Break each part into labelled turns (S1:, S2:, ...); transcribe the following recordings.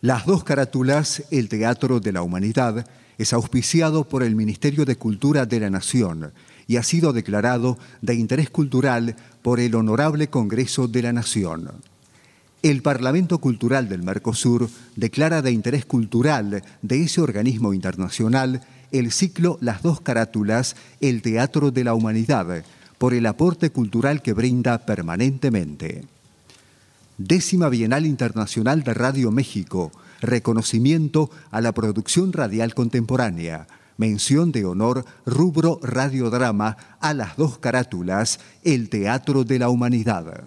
S1: Las dos carátulas, El Teatro de la Humanidad, es auspiciado por el Ministerio de Cultura de la Nación y ha sido declarado de interés cultural por el Honorable Congreso de la Nación. El Parlamento Cultural del Mercosur declara de interés cultural de ese organismo internacional el ciclo Las dos carátulas, El Teatro de la Humanidad, por el aporte cultural que brinda permanentemente. Décima Bienal Internacional de Radio México, reconocimiento a la producción radial contemporánea, mención de honor rubro radiodrama a las dos carátulas, el Teatro de la Humanidad.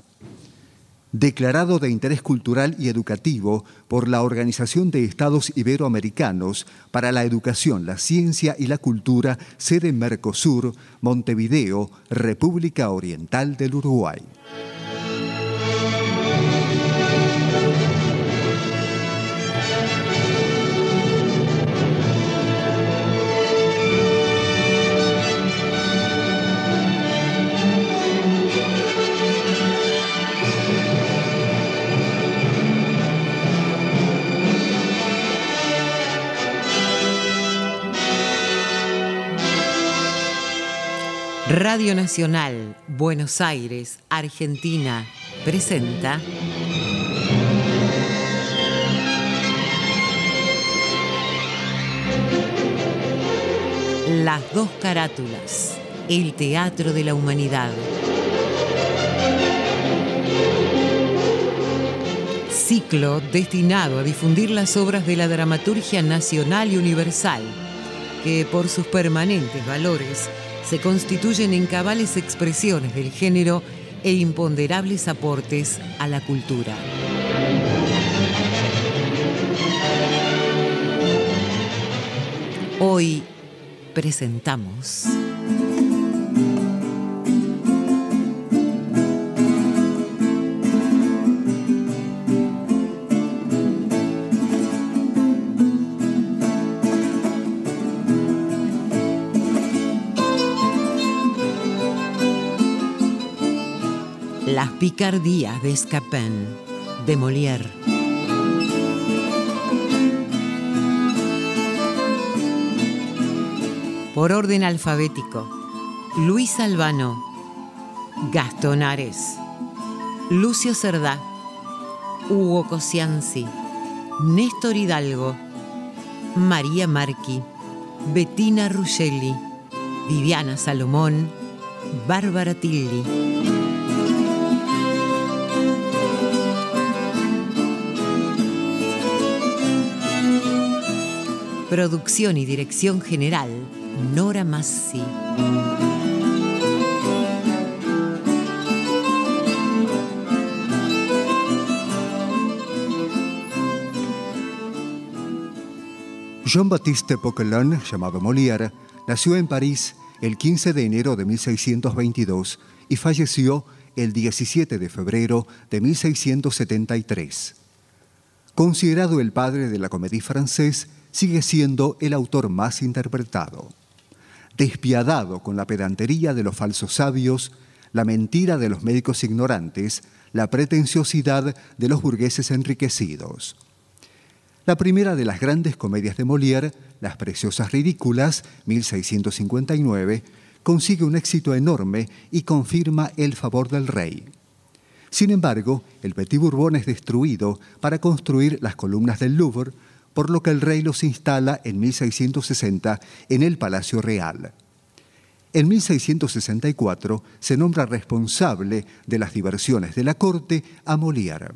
S1: Declarado de interés cultural y educativo por la Organización de Estados Iberoamericanos para la Educación, la Ciencia y la Cultura, sede Mercosur, Montevideo, República Oriental del Uruguay.
S2: Radio Nacional, Buenos Aires, Argentina, presenta Las dos carátulas, el teatro de la humanidad. Ciclo destinado a difundir las obras de la dramaturgia nacional y universal, que por sus permanentes valores se constituyen en cabales expresiones del género e imponderables aportes a la cultura. Hoy presentamos Las picardías de Escapin, de Molière. Por orden alfabético, Luis Albano, Gastón Ares, Lucio Cerdá, Hugo Cosianzi, Néstor Hidalgo, María Marqui, Bettina Ruggeli, Viviana Salomón, Bárbara Tilli. Producción y dirección general, Nora Massi.
S1: Jean-Baptiste Poquelin, llamado Molière, nació en París el 15 de enero de 1622 y falleció el 17 de febrero de 1673. Considerado el padre de la comedia francés, sigue siendo el autor más interpretado. Despiadado con la pedantería de los falsos sabios, la mentira de los médicos ignorantes, la pretenciosidad de los burgueses enriquecidos. La primera de las grandes comedias de Molière, Las Preciosas Ridículas, 1659, consigue un éxito enorme y confirma el favor del rey. Sin embargo, el Petit Bourbon es destruido para construir las columnas del Louvre, por lo que el rey los instala en 1660 en el Palacio Real. En 1664 se nombra responsable de las diversiones de la corte a Molière.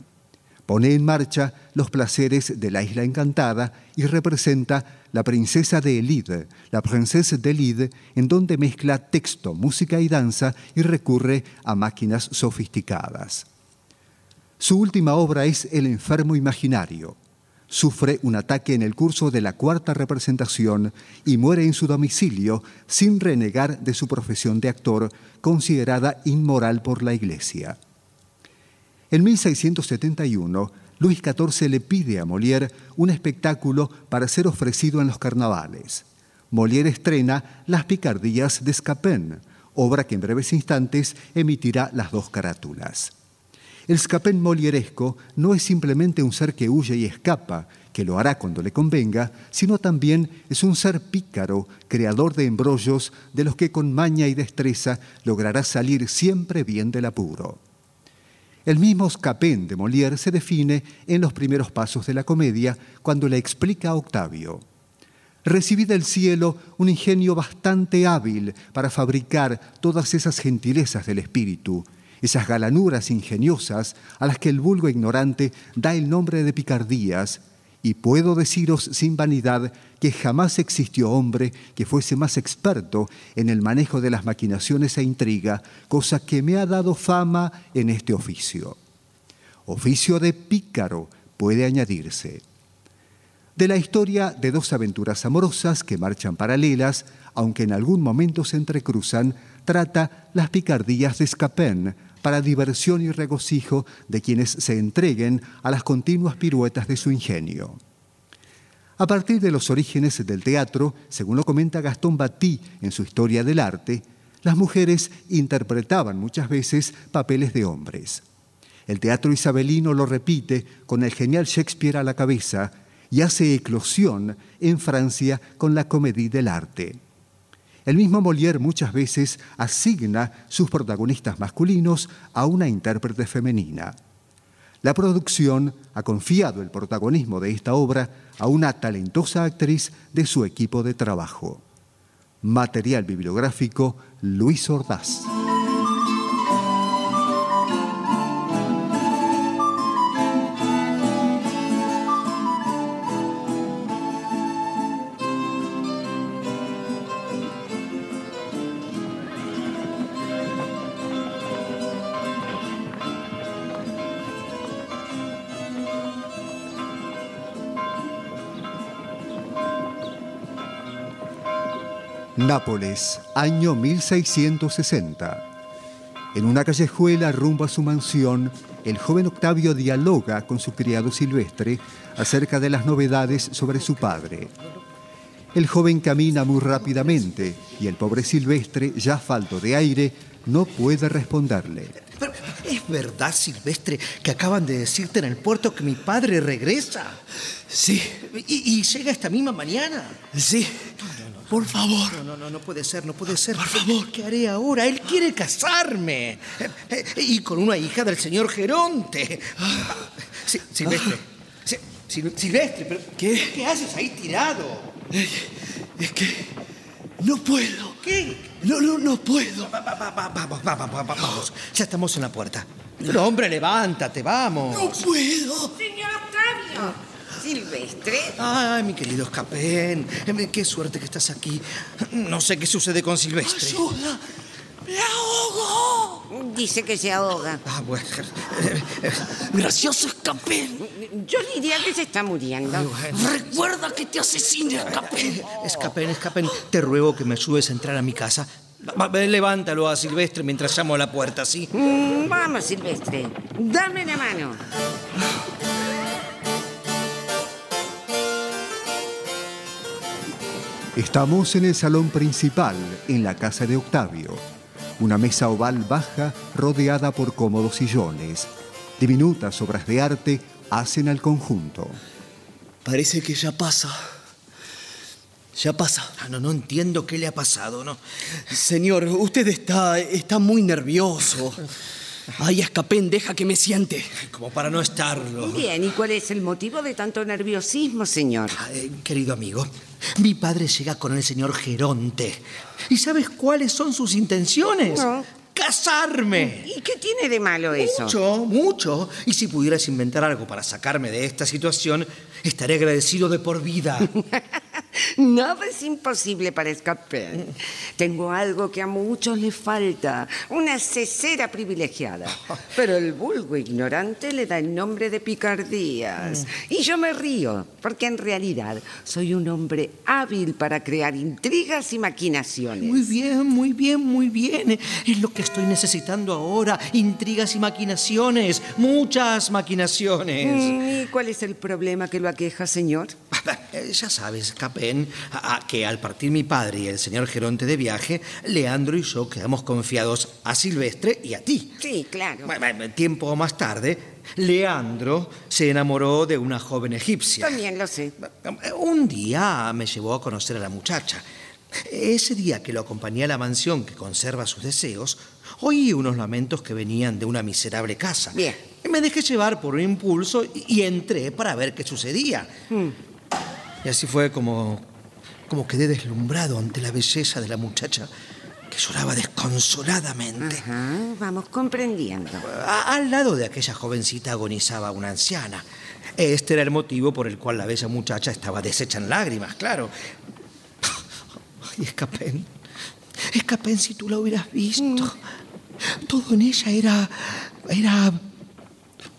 S1: Pone en marcha los placeres de la isla encantada y representa La princesa de Elide, La princesa de Elide, en donde mezcla texto, música y danza y recurre a máquinas sofisticadas. Su última obra es El enfermo imaginario, sufre un ataque en el curso de la cuarta representación y muere en su domicilio sin renegar de su profesión de actor, considerada inmoral por la Iglesia. En 1671, Luis XIV le pide a Molière un espectáculo para ser ofrecido en los carnavales. Molière estrena Las Picardías de Scapin, obra que en breves instantes emitirá las dos carátulas. El escapén molieresco no es simplemente un ser que huye y escapa, que lo hará cuando le convenga, sino también es un ser pícaro, creador de embrollos de los que con maña y destreza logrará salir siempre bien del apuro. El mismo escapén de Molière se define en los primeros pasos de la comedia cuando le explica a Octavio. Recibí del cielo un ingenio bastante hábil para fabricar todas esas gentilezas del espíritu, esas galanuras ingeniosas a las que el vulgo ignorante da el nombre de picardías, y puedo deciros sin vanidad que jamás existió hombre que fuese más experto en el manejo de las maquinaciones e intriga, cosa que me ha dado fama en este oficio. Oficio de pícaro puede añadirse. De la historia de dos aventuras amorosas que marchan paralelas, aunque en algún momento se entrecruzan, trata las picardías de Scapin para diversión y regocijo de quienes se entreguen a las continuas piruetas de su ingenio. A partir de los orígenes del teatro, según lo comenta Gastón Batí en su Historia del Arte, las mujeres interpretaban muchas veces papeles de hombres. El teatro isabelino lo repite con el genial Shakespeare a la cabeza y hace eclosión en Francia con la Comédie del Arte. El mismo Molière muchas veces asigna sus protagonistas masculinos a una intérprete femenina. La producción ha confiado el protagonismo de esta obra a una talentosa actriz de su equipo de trabajo. Material bibliográfico Luis Ordaz. Nápoles, año 1660. En una callejuela rumbo a su mansión, el joven Octavio dialoga con su criado silvestre acerca de las novedades sobre su padre. El joven camina muy rápidamente y el pobre silvestre, ya falto de aire, no puede responderle.
S3: Pero, ¿Es verdad, Silvestre, que acaban de decirte en el puerto que mi padre regresa?
S4: Sí,
S3: ¿Y, y llega esta misma mañana?
S4: sí. Por favor.
S3: No, no, no, no puede ser, no puede ser.
S4: Por favor.
S3: ¿Qué haré ahora? Él quiere casarme. Eh, eh, Y con una hija del señor Geronte.
S4: Ah.
S3: Si- Silvestre. Si- Sil- Silvestre, pero
S4: ¿Qué? Eh,
S3: ¿Qué haces ahí tirado?
S4: Es que no puedo.
S3: ¿Qué?
S4: No, no, no puedo.
S3: Va- va- va- va- Vamos, va- va- va- vamos. Ya estamos en la puerta. Pero hombre, levántate, vamos.
S4: No puedo.
S5: Señor Octavio. Silvestre.
S3: Ay, mi querido escapén. Eh, Qué suerte que estás aquí. No sé qué sucede con Silvestre.
S4: Ayuda. Me ahogo.
S5: Dice que se ahoga.
S3: Ah, bueno.
S4: Gracioso escapén.
S5: Yo diría que se está muriendo.
S4: Recuerda que te asesine, escapén.
S3: Escapen, escapen. Te ruego que me ayudes a entrar a mi casa. Va- va- Levántalo a Silvestre mientras llamo a la puerta, ¿sí?
S5: Mm, Vamos, Silvestre. Dame la mano.
S1: Estamos en el salón principal, en la casa de Octavio. Una mesa oval baja rodeada por cómodos sillones. Diminutas obras de arte hacen al conjunto.
S4: Parece que ya pasa. Ya pasa.
S3: Ah, no, no entiendo qué le ha pasado, ¿no?
S4: Señor, usted está, está muy nervioso. Ay, escapén, deja que me siente.
S3: Como para no estarlo.
S5: Bien, ¿y cuál es el motivo de tanto nerviosismo, señor?
S3: Ah, eh, querido amigo, mi padre llega con el señor Geronte. ¿Y sabes cuáles son sus intenciones?
S5: No.
S3: ¡Casarme!
S5: ¿Y qué tiene de malo eso?
S3: Mucho, mucho. Y si pudieras inventar algo para sacarme de esta situación, estaré agradecido de por vida.
S5: Nada es imposible para escapar. Tengo algo que a muchos les falta, una cesera privilegiada. Pero el vulgo ignorante le da el nombre de
S3: Mm.
S5: picardías. Y yo me río, porque en realidad soy un hombre hábil para crear intrigas y
S3: Muy
S5: maquinaciones.
S3: bien, muy bien, muy bien. Es lo que estoy necesitando ahora. Intrigas y maquinaciones. Muchas maquinaciones.
S5: Mm, ¿Y cuál es el problema que lo aqueja, señor?
S3: Eh, Ya sabes, Cap, Petén a, a que al partir mi padre y el señor Geronte de viaje, Leandro y yo quedamos confiados a Silvestre y a ti.
S5: Sí, claro.
S3: Bueno, bueno, Tiempo más tarde, Leandro se enamoró de una joven egipcia.
S5: También lo sé.
S3: Un día me llevó a conocer a la muchacha. Ese día que lo acompañé a la mansión que conserva sus deseos, oí unos lamentos que venían de una miserable casa.
S5: Bien.
S3: Me dejé llevar por un impulso y y entré para ver qué sucedía. Y así fue como, como quedé deslumbrado ante la belleza de la muchacha que lloraba desconsoladamente.
S5: Ajá, vamos comprendiendo.
S3: A- al lado de aquella jovencita agonizaba una anciana. Este era el motivo por el cual la bella muchacha estaba deshecha en lágrimas, claro. Ay, Escapén. Escapén, si tú la hubieras visto.
S5: Mm.
S3: Todo en ella era. era.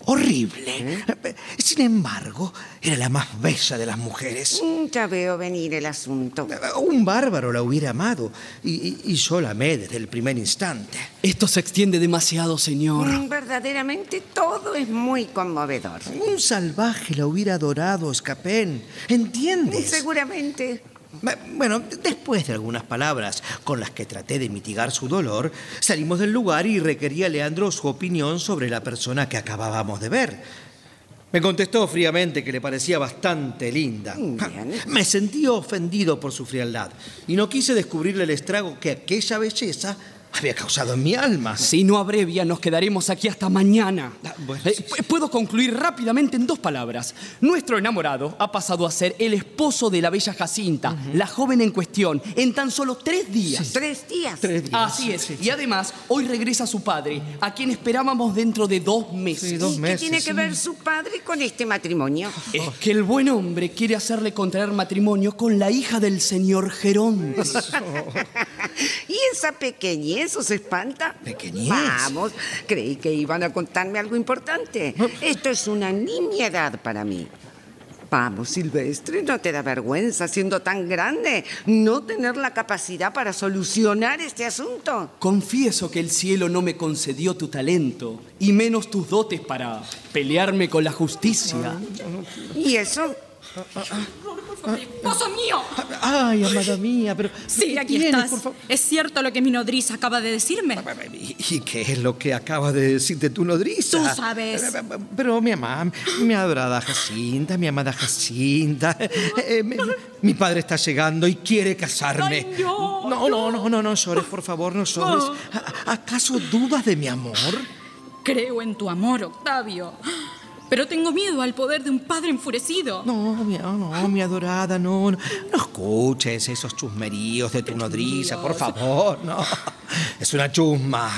S3: horrible.
S5: ¿Eh?
S3: Sin embargo, era la más bella de las mujeres.
S5: Mm, Ya veo venir el asunto.
S3: Un bárbaro la hubiera amado y, y- y yo la amé desde el primer instante.
S4: Esto se extiende demasiado, señor.
S5: Mm, Verdaderamente todo es muy conmovedor.
S3: Un salvaje la hubiera adorado, Escapén. ¿Entiendes?
S5: Seguramente.
S3: Ba- Bueno, d- después de algunas palabras con las que traté de mitigar su dolor, salimos del lugar y requerí a Leandro su opinión sobre la persona que acabábamos de ver. Me contestó fríamente que le parecía bastante linda.
S5: Bien.
S3: Me sentí ofendido por su frialdad y no quise descubrirle el estrago que aquella belleza había causado en mi alma.
S4: Si no abrevia, nos quedaremos aquí hasta mañana.
S3: Ah, bueno,
S4: Eh,
S3: sí,
S4: pu- Puedo concluir rápidamente en dos palabras. Nuestro enamorado ha pasado a ser el esposo de la bella Jacinta, la joven en cuestión, en tan solo tres días.
S5: Tres días.
S4: Así es. Y además, hoy regresa su padre, a quien esperábamos dentro de dos meses.
S3: Sí, dos
S5: ¿Y qué
S3: meses,
S5: tiene que
S3: sí.
S5: ver su padre con este matrimonio?
S4: Es que el buen hombre quiere hacerle contraer matrimonio con la hija del señor Geronte.
S5: ¿Y esa pequeñez os espanta?
S3: ¿Pequeñez?
S5: Vamos, creí que iban a contarme algo importante.
S6: Ah.
S5: Esto es una niñedad para mí. Vamos, Silvestre, ¿no te da vergüenza siendo tan grande no tener la capacidad para solucionar este asunto?
S4: Confieso que el cielo no me concedió tu talento y menos tus dotes para pelearme con la justicia.
S5: ¿Y eso?
S6: ¡Esposo mío!
S3: Ay, amada mía, pero...
S6: Sí,
S3: ¿qué
S6: aquí
S3: tienes,
S6: estás.
S3: por favor?
S6: ¿Es cierto lo que mi nodriza acaba de decirme?
S3: ¿Y y qué es lo que acabas de decirte tú, nodriza?
S6: Tú sabes.
S3: Pero mi mamá, mi adorada Jacinta, mi amada Jacinta, eh, mi, mi padre está llegando y quiere casarme.
S6: Ay, no,
S3: no, no, no, no, no llores, por favor, no llores.
S6: Ah.
S3: ¿A- ¿Acaso dudas de mi amor?
S6: Creo en tu amor, Octavio. Pero tengo miedo al poder de un padre enfurecido.
S3: No, mi, no, no, mi adorada, no, no. No escuches esos chusmeríos de tu nodriza, por favor, no. Es una chusma.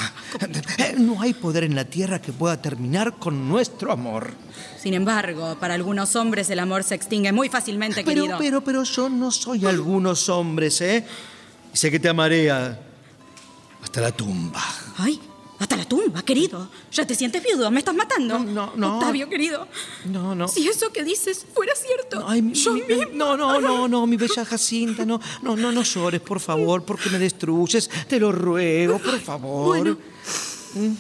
S3: Eh, No hay poder en la tierra que pueda terminar con nuestro amor.
S6: Sin embargo, para algunos hombres el amor se extingue muy fácilmente,
S3: Pero,
S6: querido.
S3: pero, pero yo no soy algunos hombres, ¿eh? Y sé que te amaré a- hasta la tumba.
S6: Ay, hasta la tumba, querido. Ya te sientes viudo, me estás matando.
S3: No, no, no.
S6: Octavio, querido.
S3: No, no.
S6: Si eso que dices fuera cierto,
S3: Ay, mi-
S6: yo
S3: mi-
S6: misma-
S3: no, no, no, no, mi bella Jacinta, no, no, no, no llores, por favor, porque me destruyes. Te lo ruego, por favor.
S6: Bueno.
S3: Mm,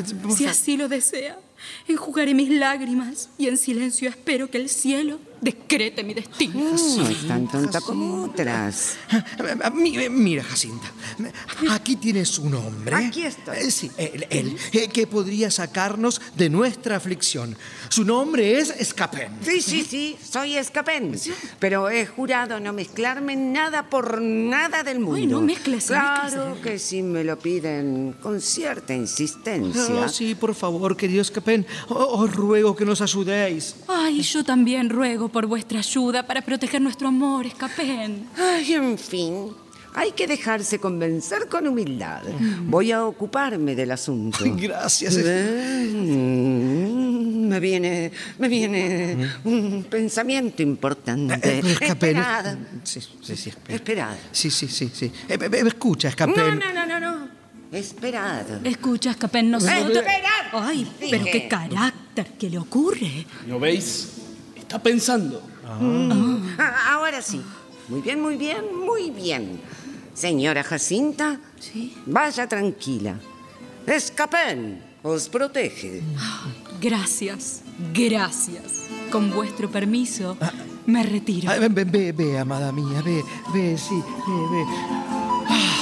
S3: es- por
S6: Si
S3: fa-
S6: así lo desea, enjugaré mis lágrimas y en silencio espero que el cielo decrete mi destino.
S5: No es tan tonta como otras.
S3: Ah, mi- Mira, Jacinta, aquí tienes un hombre.
S5: Aquí estoy.
S3: Eh, Sí, él, él, eh, que podría sacarnos de nuestra aflicción. Su nombre es Escapén.
S5: Sí, sí, sí, soy escapén. Pero he jurado no mezclarme en nada por nada del mundo.
S6: Ay, no mezcles, no
S5: Claro
S6: mezcles.
S5: que si me lo piden con cierta insistencia.
S3: Oh, sí, por favor, querido Escapén, o- os Oh, ruego que nos ayudéis.
S6: Ay, yo también ruego por vuestra ayuda para proteger nuestro amor, escapén.
S5: Ay, en fin. Hay que dejarse convencer con humildad. Voy a ocuparme del asunto.
S3: Gracias.
S5: Mm, Me viene, me viene un pensamiento
S4: Eh,
S5: importante.
S3: Escapén.
S5: Esperad,
S3: Eh, Sí, sí, sí. Escapén.
S5: esperad.
S3: Sí, sí, sí, sí. Eh, eh, escucha,
S6: No,
S3: Escapén.
S6: no, no, no, no.
S5: Esperad.
S6: Escucha, escapén nosotros.
S5: ¡Esperad!
S6: Ay, pero
S5: Dije.
S6: qué carácter que le ocurre.
S4: ¿No veis? Está pensando.
S5: Ah, Ahora sí. Muy bien, muy bien, muy bien. Señora Jacinta,
S6: Sí.
S5: vaya tranquila. Escapen, os
S6: Ah.
S5: protege. Ah.
S6: Gracias, gracias. Con vuestro permiso, Me retiro.
S3: Ah, ve, ve, ve, ve, amada mía, ve, ve, sí, ve, ve.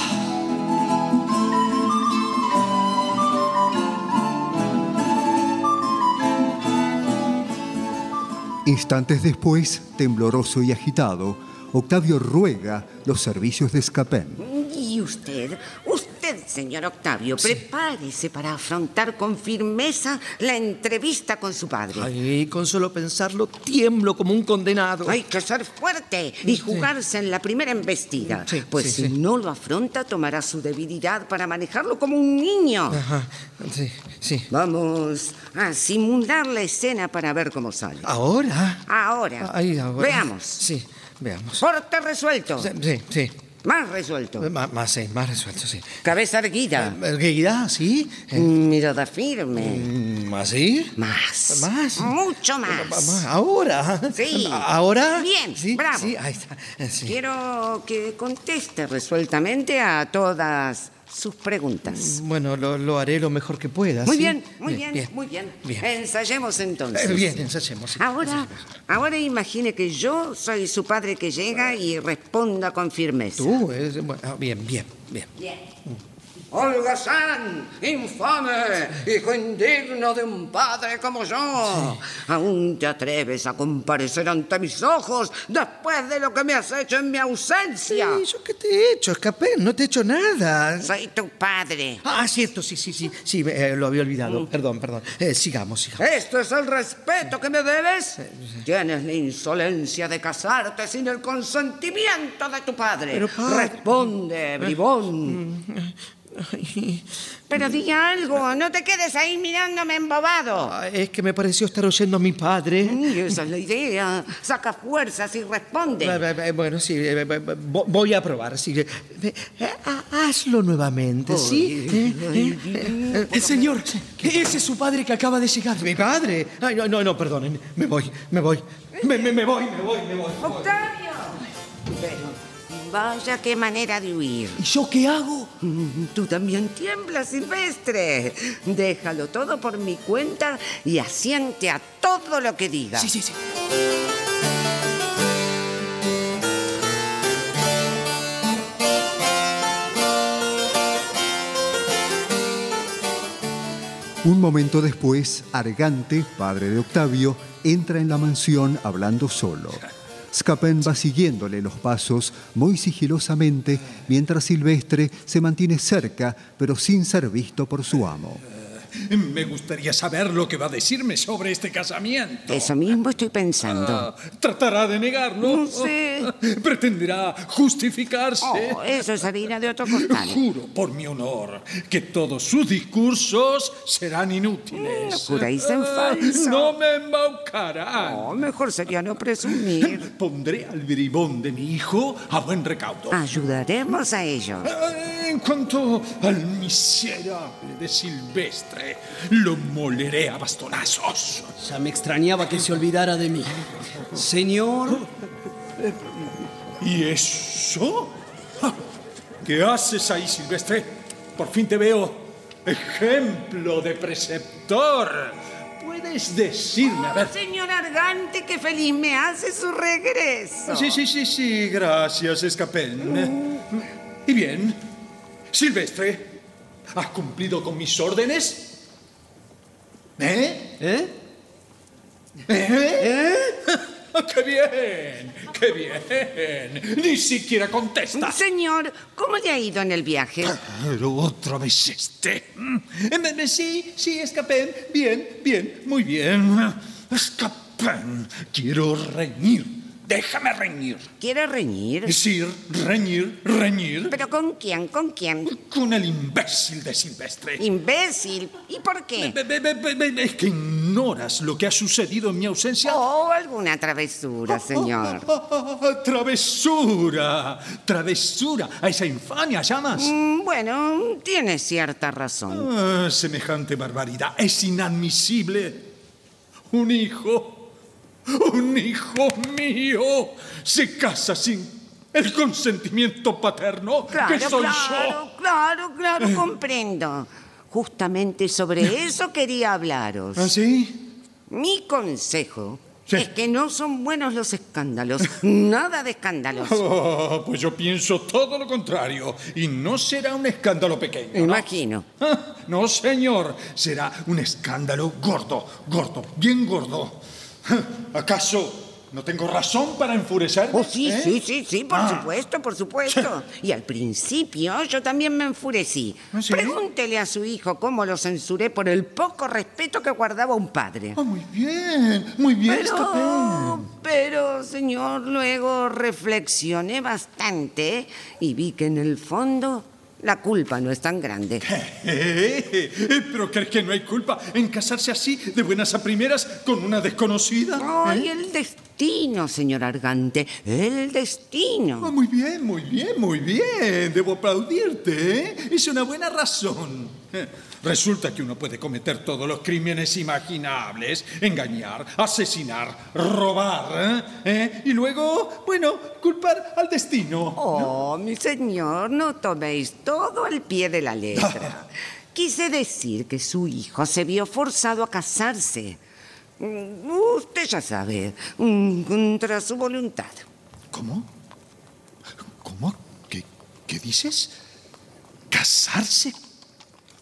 S1: Instantes después, tembloroso y agitado, Octavio ruega los servicios de Escapén.
S5: Y usted, usted, señor Octavio, prepárese para afrontar con firmeza la entrevista con su padre.
S3: Ay, con solo pensarlo tiemblo como un condenado.
S5: Hay que ser fuerte y jugarse en la primera embestida.
S3: Sí,
S5: pues
S3: sí,
S5: si
S3: sí.
S5: no lo afronta, tomará su debilidad para manejarlo como un niño.
S3: Ajá, sí, sí.
S5: Vamos a simular la escena para ver cómo sale.
S3: ¿Ahora?
S5: Ahora,
S3: Ahí, ahora.
S5: veamos.
S3: Sí, veamos.
S5: Porte resuelto,
S3: Sí, sí, sí.
S5: más resuelto.
S3: Más, más, sí, más resuelto, sí. Eh,
S5: Cabeza erguida, Mm,
S3: Erguida, sí. Eh,
S5: mirada firme.
S3: mm, ¿Así?
S5: Más.
S3: Más.
S5: Mucho
S3: Vamos,
S5: más.
S3: Ahora.
S5: Sí.
S3: ¿Ahora?
S5: Bien,
S3: sí,
S5: bravo.
S3: Sí, ahí está. eh, sí.
S5: Quiero que conteste resueltamente a todas sus preguntas.
S3: Bueno, lo, lo haré lo mejor que pueda.
S5: Muy
S3: ¿Ah, ¿sí?
S5: bien, muy bien, muy bien.
S3: Bien,
S5: Ensayemos entonces.
S3: Eh, bien, ensayemos. sí.
S5: Ahora, ahora imagine que yo soy su padre que llega y responda con firmeza.
S3: Tú, eh, bueno, ah, bien, bien, bien.
S5: Holgazán, infame, hijo indigno de un padre como yo. Oh, ¿Aún te atreves a comparecer ante mis ojos después de lo que me has hecho en mi ausencia?
S3: Sí, ¿yo qué te he hecho? Escapé, no te he hecho nada.
S5: Soy tu padre. Mm.
S3: Ah, cierto, sí, sí, sí, sí, eh, lo había olvidado. Perdón, perdón. Eh, sigamos, sigamos.
S5: ¿Esto es el respeto que me debes? Tienes la insolencia de casarte sin el consentimiento de tu padre.
S3: Pero, padre-
S5: Responde, bribón.
S3: Ay,
S5: Pero di algo, no te quedes ahí mirándome embobado.
S3: ay, es que me pareció estar oyendo a mi padre.
S5: Y esa es la idea. Saca fuerzas y
S3: Eh,
S5: responde.
S3: eh, eh, Bueno, sí, eh, eh, eh, vo- voy a probar. Sí. Eh, eh, ha- Hazlo nuevamente, ¿sí? Eh, eh, eh,
S4: Eh, señor, ese es su padre que acaba de llegar.
S3: Mi padre. Ay, no, no, no, perdonen. Me voy, me voy. Me, me, me voy, me voy, me voy.
S5: ¡Octavio! Pero vaya qué manera de huir.
S4: ¿Y yo qué hago?
S5: Mm, Tú también tiemblas, Silvestre. Déjalo todo por mi cuenta y asiente a todo lo que diga.
S4: Sí, sí, sí.
S1: Un momento después, Argante, padre de Octavio, entra en la mansión hablando solo. Scapin va siguiéndole los pasos muy sigilosamente mientras Silvestre se mantiene cerca pero sin ser visto por su amo.
S7: Me gustaría saber lo que va a decirme sobre este casamiento.
S5: Eso mismo Pues estoy pensando.
S7: Ah, ¿Tratará de negarlo?
S5: No sé.
S7: ¿Pretenderá justificarse?
S5: Oh, eso es harina de otro costal.
S7: Juro por mi honor que todos sus discursos serán
S5: Lo
S7: inútiles.
S5: juráis en
S7: Ah,
S5: falso.
S7: No me embaucarán.
S5: Oh, mejor sería no presumir.
S7: Pondré al bribón de mi hijo a buen recaudo.
S5: Ayudaremos a ello.
S7: Ah, En cuanto al miserable de Silvestre, lo moleré a bastonazos.
S8: Ya me extrañaba que se olvidara de mí. Señor,
S7: ¿Y eso? Ah, ¿Qué haces ahí, Silvestre? Por fin te veo. Ejemplo de preceptor. ¿Puedes decirme, a ver?
S5: Oh, Señor Argante, qué feliz me hace su regreso.
S7: Sí, sí, sí, sí, gracias, Escapén. Y bien, Silvestre, ¿has cumplido con mis órdenes? ¿Eh?
S8: ¿eh?
S7: ¿Eh? ¡Qué bien! ¡Qué bien! Ni siquiera contesta.
S5: Señor, ¿cómo le ha ido en el viaje?
S7: Pero otra vez este. Mm. Em, em, Sí, sí, Escapén. Bien, bien, muy bien. Escapén, quiero reñir. Déjame reñir.
S5: ¿Quiere reñir?
S7: Decir, reñir, reñir.
S5: ¿Pero con quién? ¿Con quién?
S7: Con el imbécil de Silvestre.
S5: Imbécil. ¿Y por qué?
S7: Ve, ve, ve, ve, ve, Es que ignoras lo que ha sucedido en mi ausencia.
S5: Oh, alguna travesura, señor.
S7: Ah, ah, ah, travesura, travesura. A esa infamia llamas.
S5: Mm, Bueno, tiene cierta razón.
S7: Ah, semejante barbaridad. Es inadmisible. Un hijo, un hijo mío, se casa sin el consentimiento paterno que
S5: Claro,
S7: soy
S5: claro, claro, claro, comprendo. Justamente sobre eso quería
S7: yo. ¿Ah,
S5: hablaros.
S7: sí?
S5: Mi consejo
S7: Sí.
S5: es que no son buenos los escándalos. Nada de escándalos.
S7: Oh, pues yo pienso todo lo contrario. Y no será un escándalo pequeño.
S5: Me imagino.
S7: Ah, No, señor. Será un escándalo gordo, gordo, bien gordo. Ah, ¿Acaso no tengo razón para enfurecerme?
S5: Oh, sí,
S7: eh?
S5: sí, sí, sí, por
S7: Ah.
S5: supuesto, por supuesto. Y al principio yo también me enfurecí.
S7: ¿Ah, sí?
S5: Pregúntele a su hijo cómo lo censuré por el poco respeto que guardaba un padre.
S7: Ah, muy bien, muy bien, Escapén.
S5: Pero, pero, señor, luego reflexioné bastante y vi que en el fondo la culpa no es tan grande.
S7: Eh, eh, ¿Pero crees que no hay culpa en casarse así, de buenas a primeras, con una desconocida?
S5: ¡Ay,
S7: ¿Eh?
S5: el destino, señor Argante! ¡El
S7: Ah,
S5: destino!
S7: muy bien, muy bien, muy bien. Debo aplaudirte, ¿eh? Es una buena razón. Eh, Resulta que uno puede cometer todos los crímenes imaginables, engañar, asesinar, robar, ¿eh? ¿Eh? Y luego, bueno, culpar al destino.
S5: Oh, mi señor, no toméis todo al pie de la letra. Quise decir que su hijo se vio forzado a casarse. Mm, Usted ya sabe, mm, contra su voluntad.
S7: ¿Cómo? ¿Cómo? ¿Qué, qué dices? ¿Casarse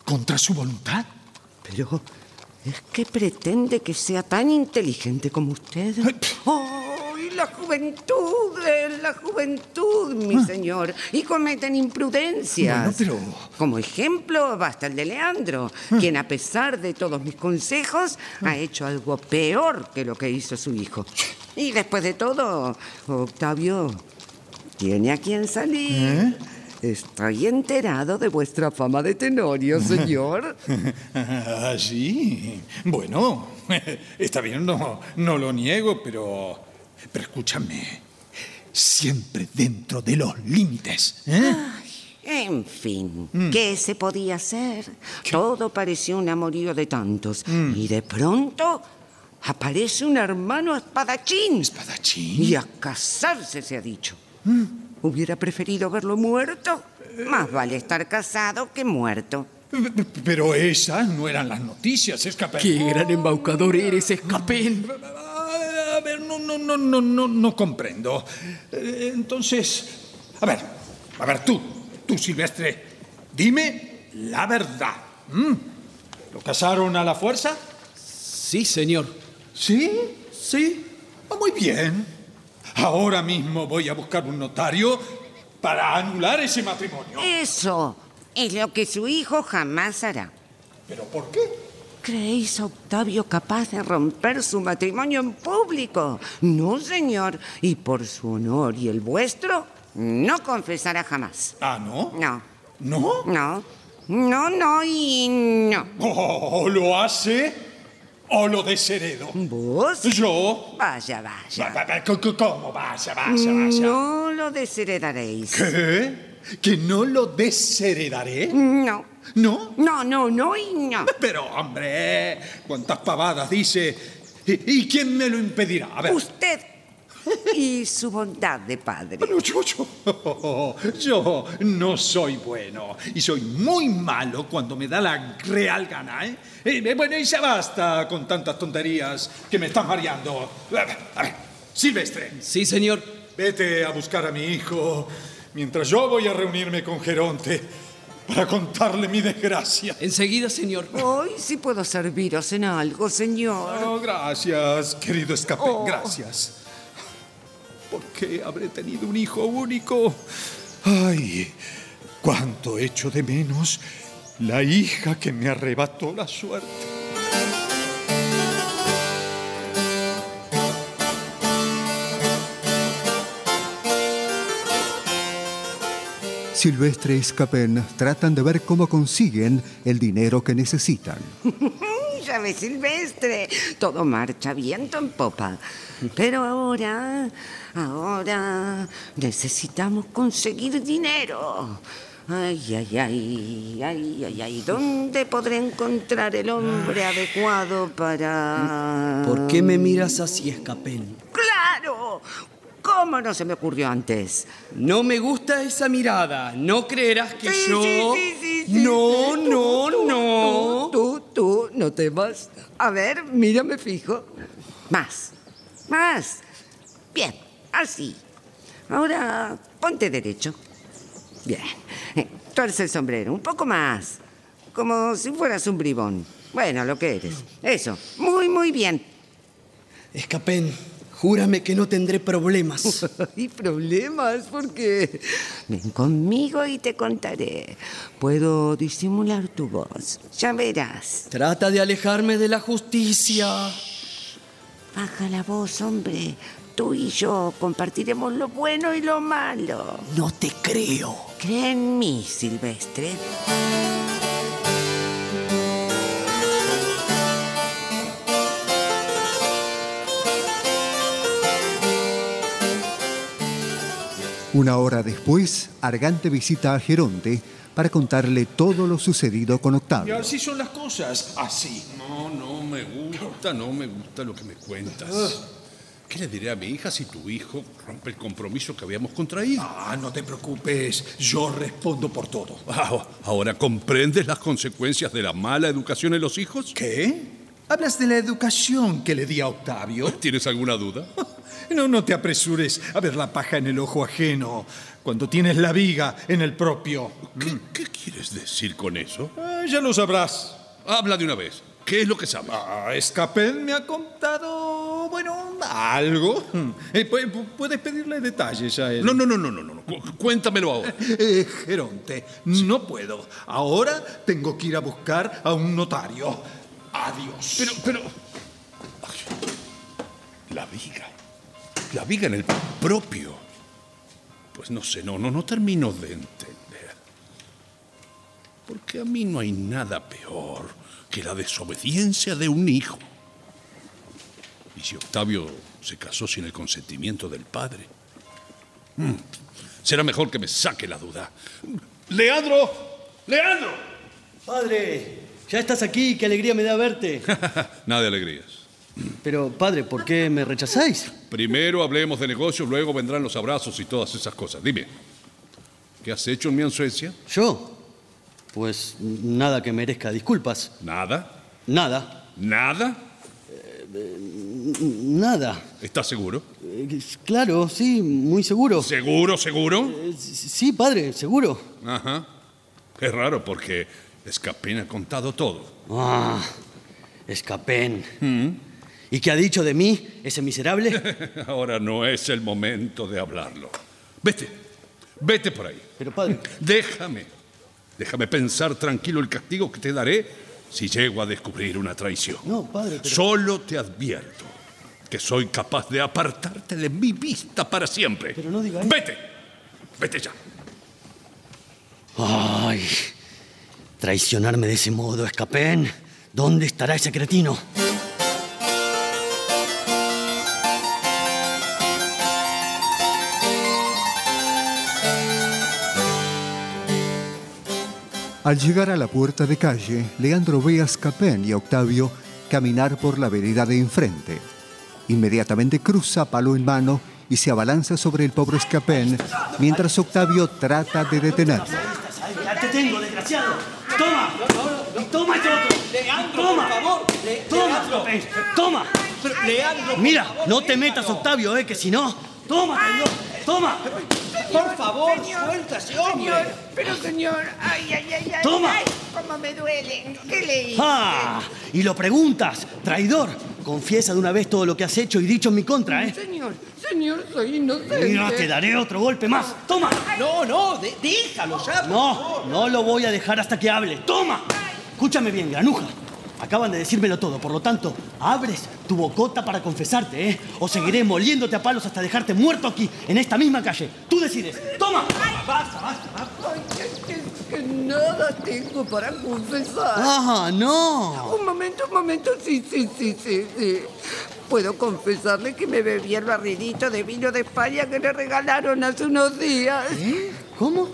S7: contra su voluntad?
S5: Pero es que pretende que sea tan inteligente como usted.
S7: Ay, pf.
S5: ¡Ay, la juventud! eh, La juventud, mi señor. Y cometen imprudencias.
S7: Ah. Bueno, Ah.
S5: Como ejemplo, basta el de Leandro, quien a pesar de todos mis consejos ha hecho algo peor que lo que hizo su hijo. Y después de todo, Octavio tiene a quien
S7: ¿Eh?
S5: salir. Estoy enterado de vuestra fama de tenorio, señor.
S7: Ah, sí. Bueno, está bien, no, no lo niego, pero. Pero escúchame. Siempre dentro de los límites. ¿eh?
S5: En fin,
S7: Mm.
S5: ¿qué se podía hacer? Todo parecía un amorío de tantos.
S7: Mm.
S5: Y de pronto aparece un hermano espadachín.
S7: Espadachín.
S5: Y a casarse se ha dicho. Hubiera preferido verlo muerto.
S7: Eh.
S5: Más vale estar casado que muerto.
S7: Pero esas no eran las noticias, escapé.
S8: ¡Qué gran embaucador eres, Escapén!
S7: A ver, no, no, no, no, no, no comprendo. Eh, Entonces, a ver, a ver, tú, tú, Silvestre, dime la verdad. ¿m? ¿Lo casaron a la fuerza?
S8: Sí, señor.
S7: ¿Sí?
S8: Sí.
S7: Ah, Muy bien. Ahora mismo voy a buscar un notario para anular ese matrimonio.
S5: Eso es lo que su hijo jamás hará.
S7: ¿Pero por qué?
S5: ¿Creéis a Octavio capaz de romper su matrimonio en público? No, señor. Y por su honor y el vuestro, no confesará jamás.
S7: Ah, ¿no?
S5: No,
S7: ¿No? Oh.
S5: no, no, no y no.
S7: O lo hace o lo desheredo.
S5: ¿Vos?
S7: Yo...
S5: Vaya,
S7: Va,
S5: vaya.
S7: va, va, co- co- ¿Cómo? Vaya, vaya, vaya.
S5: No lo desheredaréis.
S7: ¿Qué? ¿Que no lo desheredaré?
S5: No,
S7: ¿No?
S5: no, no, no y no.
S7: Pero, hombre, cuántas pavadas dice. ¿Y, y quién me lo impedirá? A ver.
S5: Usted y su bondad de padre.
S7: No, yo, yo, yo no soy bueno y soy muy malo cuando me da la real gana, ¿eh? Eh, bueno, y ya basta con tantas tonterías que me estás mareando. A ver, a ver, Silvestre,
S8: Sí, señor.
S7: vete a buscar a mi hijo mientras yo voy a reunirme con Geronte para contarle mi desgracia.
S8: Enseguida, señor.
S5: Hoy sí puedo serviros en algo, señor.
S7: Oh, gracias, querido escapé,
S9: Oh.
S7: gracias. ¿Por qué habré tenido un hijo único? Ay, cuánto echo de menos la hija que me arrebató la suerte.
S1: Silvestre y Scapén tratan de ver cómo consiguen el dinero que necesitan.
S5: Ya ves, Silvestre, todo marcha viento en popa. Pero ahora, ahora necesitamos conseguir dinero. Ay, ay, ay, ay, ay, ay. ¿Dónde podré encontrar el hombre adecuado para...?
S8: ¿Por qué me miras así, Escapén?
S5: ¡Claro! ¿Cómo no se me ocurrió antes?
S8: No me gusta esa mirada. No creerás que
S5: Sí,
S8: yo.
S5: sí, sí, sí, sí,
S8: no,
S5: sí. Tú,
S8: no,
S5: tú,
S8: no.
S5: Tú, tú, tú, no temas. A ver, mírame fijo. Más. Más. Bien, así. Ahora ponte derecho. Bien. Eh, Tuerce el sombrero, un poco más. Como si fueras un bribón. Bueno, lo que eres. Eso. Muy, muy bien.
S8: Escapén, júrame que no tendré problemas.
S5: ¿Y problemas? ¿Por qué? Ven conmigo y te contaré. Puedo disimular tu voz. Ya verás.
S8: Trata de alejarme de la justicia.
S5: Baja la voz, hombre. Tú y yo compartiremos lo bueno y lo malo.
S8: No te creo.
S5: Cree en mí, Silvestre.
S1: Una hora después, Argante visita a Geronte para contarle todo lo sucedido con
S7: Y
S1: Octavio.
S7: así son las cosas, así.
S9: No, no me gusta, no me gusta lo que me cuentas. ¿Qué le diré a mi hija si tu hijo rompe el compromiso que habíamos contraído?
S7: Ah, no te preocupes, yo respondo por todo.
S9: Ah, Ahora, ¿comprendes las consecuencias de la mala educación en los hijos?
S7: ¿Qué? ¿Hablas de la educación que le di a Octavio?
S9: ¿Tienes alguna duda?
S7: No, no te apresures a ver la paja en el ojo ajeno cuando tienes la viga en el propio.
S9: ¿Qué, qué quieres decir con eso?
S7: Ah, ya lo sabrás.
S9: Habla de una vez. ¿Qué es lo que sabes?
S7: Ah, Escapén me ha contado, bueno, algo. Eh, pu- puedes pedirle detalles a él.
S9: No, no, no, no, no, no. no. Cu- Cuéntamelo ahora.
S7: Eh, Geronte, no puedo. Ahora tengo que ir a buscar a un notario. Adiós.
S9: Pero, pero. La viga. La viga en el propio. Pues no sé, no, no, no termino de entender. Porque a mí no hay nada peor que la desobediencia de un hijo. ¿Y si Octavio se casó sin el consentimiento del padre? Mm, Será mejor que me saque la duda. ¡Leandro! ¡Leandro!
S8: Padre, ya estás aquí, qué alegría me da verte.
S9: Nada de alegrías.
S8: Pero, padre, ¿por qué me rechazáis?
S9: Primero hablemos de negocios, luego vendrán los abrazos y todas esas cosas. Dime, ¿qué has hecho en mi ausencia?
S8: ¿Yo? Pues nada que merezca disculpas.
S9: ¿Nada?
S8: Nada. Eh,
S9: ¿Nada?
S8: Nada.
S9: ¿Estás seguro?
S8: Eh, Claro, sí, muy seguro.
S9: ¿Seguro, seguro?
S8: Eh, Sí, padre, seguro.
S9: Ajá. Es raro porque Escapín ha contado todo. Mm.
S8: Ah, escapén. ¿Y qué ha dicho de mí, ese miserable?
S9: Ahora no es el momento de hablarlo. Vete, vete por ahí.
S8: Pero, padre,
S9: Déjame, déjame pensar tranquilo el castigo que te daré si llego a descubrir una traición.
S8: No, padre, pero-
S9: Solo te advierto que soy capaz de apartarte de mi vista para siempre.
S8: Pero no diga eso.
S9: Vete, vete ya.
S8: Ay, traicionarme de ese modo, escapén. ¿Dónde estará ese cretino?
S1: Al llegar a la puerta de calle, Leandro ve a Scapén y a Octavio caminar por la vereda de enfrente. Inmediatamente cruza palo en mano y se abalanza sobre el pobre Scapén mientras Octavio trata de detenerlo.
S8: Ya te tengo, desgraciado. Toma, toma este otro. Leandro, toma, por favor. toma, López, toma. Leandro, mira, no te metas, Octavio, eh, que si no. Toma, traidor, toma,
S3: Por favor, suéltase, hombre.
S5: Señor, pero señor, ay, ay, ay, ay.
S8: Toma.
S5: Ay, cómo me duele. ¿Qué le hice?
S8: ¡Ah! Y lo preguntas, traidor. Confiesa de una vez todo lo que has hecho y dicho en mi contra, ¿eh?
S5: Señor, señor, soy inocente.
S8: Y no te daré otro golpe más. ¡Toma!
S3: No, no, de- déjalo ya.
S8: No, no lo voy a dejar hasta que hable. ¡Toma! Escúchame bien, granuja. Acaban de decírmelo todo, por lo tanto, abres tu bocota para confesarte, ¿eh? O seguiré moliéndote a palos hasta dejarte muerto aquí, en esta misma calle. Tú decides. ¡Toma!
S5: Ay, es que, es que nada tengo para confesar.
S8: ¡Ah, no!
S5: Un momento, un momento, sí, sí, sí, sí, sí. Puedo confesarle que me bebí el barrilito de vino de España que le regalaron hace unos días.
S8: ¿Eh? ¿Cómo?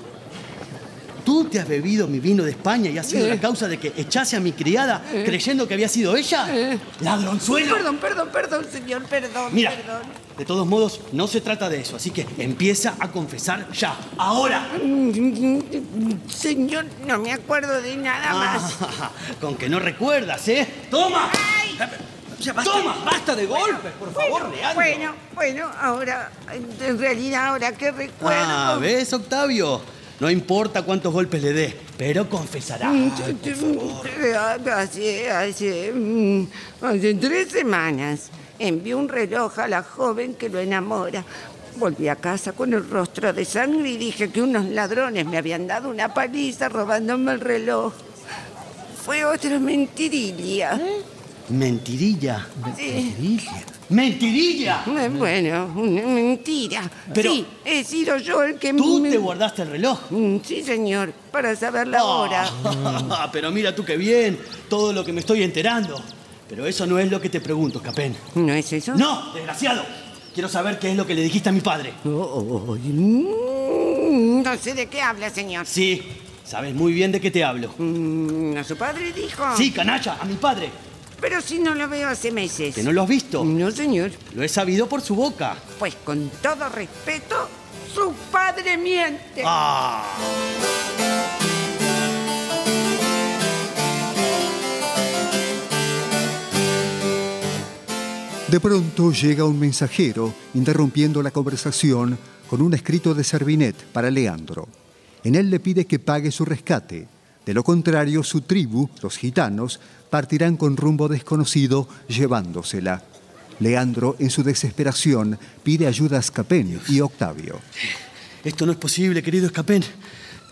S8: ¿Tú te has bebido mi vino de España y has sido la causa de que echase a mi criada creyendo que había sido ella? ¡Ladronzuelo!
S5: Perdón, perdón, perdón, señor, perdón,
S8: Mira,
S5: perdón.
S8: de todos modos, no se trata de eso, así que empieza a confesar ya, ahora.
S5: Señor, no me acuerdo de nada más.
S8: Ah, con que no recuerdas, ¿eh? ¡Toma!
S3: Ya basta. ¡Toma! ¡Basta de golpes, por favor, Leandro!
S5: Bueno, bueno, ahora, en realidad, ahora que recuerdo.
S8: Ah, ¿ves, Octavio? No importa cuántos golpes le dé, pero confesará.
S5: Mm,
S8: Ay, por favor.
S5: Hace, hace, mm, hace tres semanas envió un reloj a la joven que lo enamora. Volví a casa con el rostro de sangre y dije que unos ladrones me habían dado una paliza robándome el reloj. Fue otra mentirilla.
S8: Mentirilla.
S5: Sí.
S8: Mentirilla. ¡Mentirilla!
S5: Eh, Bueno, una mentira.
S8: Pero-
S5: sí, he sido yo el que...
S8: Tú
S5: me-
S8: te guardaste el reloj. Oh.
S5: Mm, Sí, señor, para saber la hora.
S8: Ah, pero mira tú qué bien, todo lo que me estoy enterando. Pero eso no es lo que te pregunto, Capén.
S5: ¿No es eso?
S8: No, desgraciado. Quiero saber qué es lo que le dijiste a mi padre.
S5: Ay, Oh, mm, no sé de qué habla, señor.
S8: Sí, sabes muy bien de qué te hablo.
S5: Mm, ¿A su padre dijo?
S8: Sí, canalla, a mi padre.
S5: Pero si no lo veo hace meses.
S8: Que no lo has visto.
S5: No, señor.
S8: Lo he sabido por su boca.
S5: Pues con todo respeto, su padre miente.
S8: Ah.
S1: De pronto llega un mensajero interrumpiendo la conversación con un escrito de Servinet para Leandro. En él le pide que pague su rescate. De lo contrario, su tribu, los gitanos, partirán con rumbo desconocido llevándosela. Leandro, en su desesperación, pide ayuda a Scapén y Octavio.
S8: Esto no es posible, querido Escapén.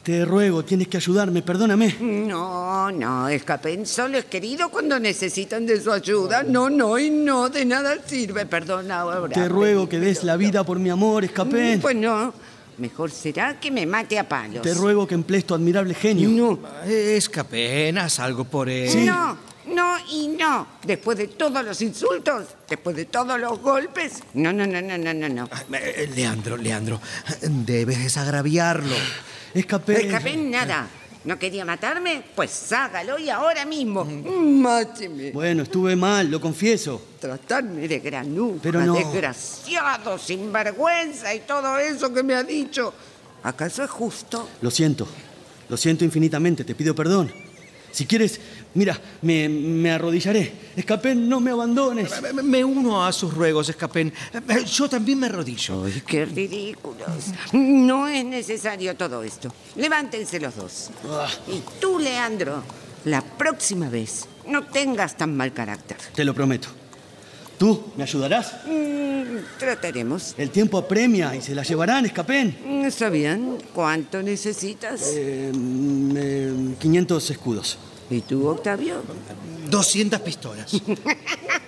S8: Te ruego, tienes que ayudarme, perdóname.
S5: No, no, Escapén solo es querido cuando necesitan de su ayuda. No, no, y no, de nada sirve. Perdona ahora.
S8: Te ruego que des la vida por mi amor, Escapén.
S5: Pues no, mejor será que me mate a palos.
S8: Te ruego que emplees tu admirable genio.
S5: No,
S3: Eh, Escapé, haz algo por él.
S5: no, no y no. Después de todos los insultos, después de todos los golpes. No, no, no, no, no, no, no.
S3: Ay, eh, Leandro, Leandro, debes desagraviarlo.
S8: Escapén.
S5: Escapén Pues, nada. ¿No quería matarme? Pues hágalo y ahora mismo. Máteme.
S8: Mm. Bueno, estuve mal, lo confieso.
S5: Tratarme de granuja,
S8: Pero no.
S5: desgraciado, sinvergüenza y todo eso que me ha dicho. ¿Acaso es justo?
S8: Lo siento, lo siento infinitamente, te pido perdón. Si quieres, mira, me, me arrodillaré. Escapén, no me abandones.
S3: Me- Me uno a sus ruegos, Escapén.
S7: Eh,
S3: Yo también me arrodillo.
S5: Ay, qué ridículos. No es necesario todo esto. Levántense los dos.
S8: Ah.
S5: Y tú, Leandro, la próxima vez no tengas tan mal carácter.
S8: Te lo prometo. ¿Tú me ayudarás?
S5: Mm, trataremos.
S8: El tiempo apremia y se la llevarán, Escapén.
S5: Mm, ¿Está bien? ¿Cuánto necesitas?
S8: Eh, mm, eh, 500 escudos.
S5: ¿Y tú, Octavio?
S3: 200 pistolas.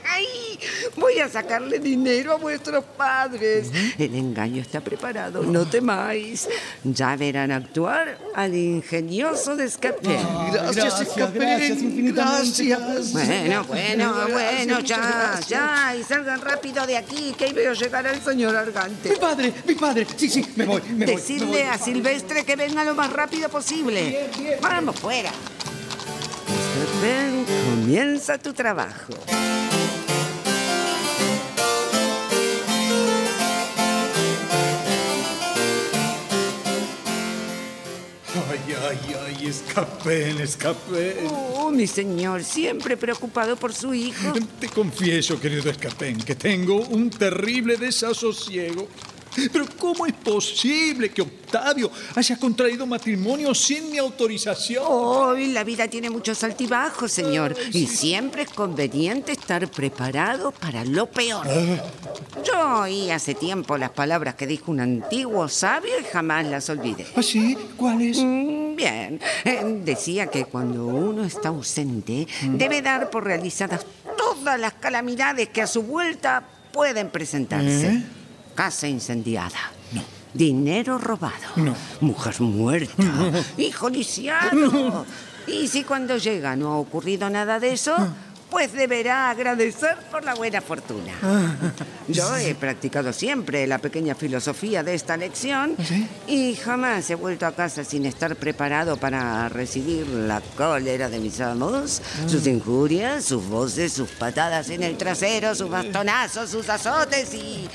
S5: ¡Ay! Voy a sacarle dinero a vuestros padres. El engaño está preparado, no temáis. Ya verán actuar al ingenioso de Escapé.
S3: Ah, Gracias, Escapén.
S8: gracias infinitamente.
S3: Gracias.
S5: Bueno, bueno,
S3: Gracias,
S5: bueno,
S3: muchas
S5: ya,
S3: gracias.
S5: ya. Y salgan rápido de aquí, que ahí veo llegar al señor Argante.
S3: Mi padre, mi padre. Sí, sí, me voy, me voy. me voy.
S5: Decirle a Silvestre que venga lo más rápido posible. Vamos, fuera. Escapé, comienza tu trabajo.
S7: Ay, ay, ay, escapén, escapén.
S5: Oh, mi señor, siempre preocupado por su hijo.
S7: Te confieso, querido Escapén, que tengo un terrible desasosiego. Pero ¿cómo es posible que Octavio haya contraído matrimonio sin mi autorización?
S5: Hoy la vida tiene muchos altibajos, señor, y siempre es conveniente estar preparado para lo peor.
S7: Ah.
S5: Yo oí hace tiempo las palabras que dijo un antiguo sabio y jamás las olvidé.
S7: ¿Ah, sí? ¿Cuál es?
S5: Mm, Bien, Eh, decía que cuando uno está ausente, debe dar por realizadas todas las calamidades que a su vuelta pueden presentarse.
S7: ¿Eh?
S5: Casa incendiada. Dinero robado. Mujer muerta. Hijo lisiado. Y si cuando llega no ha ocurrido nada de eso, pues deberá agradecer por la buena fortuna. Yo he practicado siempre la pequeña filosofía de esta lección y jamás he vuelto a casa sin estar preparado para recibir la cólera de mis amos, sus injurias, sus voces, sus patadas en el trasero, sus bastonazos, sus azotes y,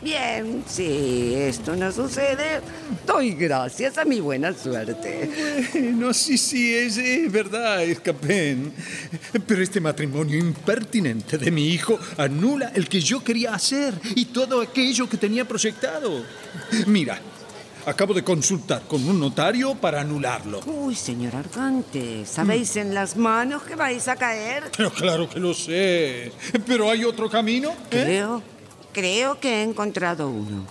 S5: Bien, si esto no sucede, doy gracias a mi buena suerte.
S7: No, sí, sí, es, es verdad, Escapén. Pero este matrimonio impertinente de mi hijo anula el que yo quería hacer y todo aquello que tenía proyectado. Mira, acabo de consultar con un notario para anularlo.
S5: Uy, señor Argante, ¿sabéis en las manos que vais a caer?
S7: Pero claro que lo sé. ¿Pero hay otro camino? ¿eh?
S5: Creo, creo que he encontrado uno.